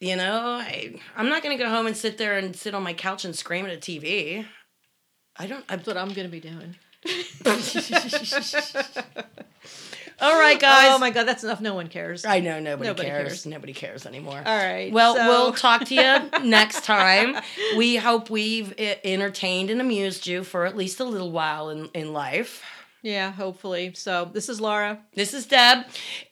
Speaker 2: you know, I I'm not gonna go home and sit there and sit on my couch and scream at a TV. I don't. I,
Speaker 1: That's what I'm gonna be doing.
Speaker 2: all right, guys.
Speaker 1: Oh my god, that's enough. No one cares.
Speaker 2: I know nobody,
Speaker 1: Nobody
Speaker 2: cares.
Speaker 1: cares.
Speaker 2: Nobody cares anymore.
Speaker 1: All right.
Speaker 2: Well,
Speaker 1: so-
Speaker 2: we'll talk to you next time. We hope we've eh, entertained and amused you for at least a little while in, in life.
Speaker 1: Yeah, hopefully. So this is Laura.
Speaker 2: This is Deb.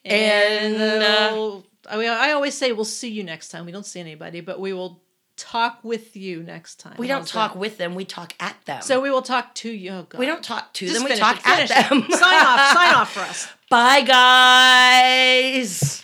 Speaker 2: And, uh,
Speaker 1: we'll- I, mean, I always say we'll see you next time. We don't see anybody, but we will talk with you next time.
Speaker 2: we don't
Speaker 1: How's
Speaker 2: talk
Speaker 1: that?
Speaker 2: with them, we talk at them.
Speaker 1: So we will talk to you. Oh, God.
Speaker 2: we don't talk to
Speaker 1: Just
Speaker 2: them, we
Speaker 1: finish
Speaker 2: talk
Speaker 1: it.
Speaker 2: at
Speaker 1: Finish it.
Speaker 2: them.
Speaker 1: sign off. Sign off for us.
Speaker 2: Bye, guys.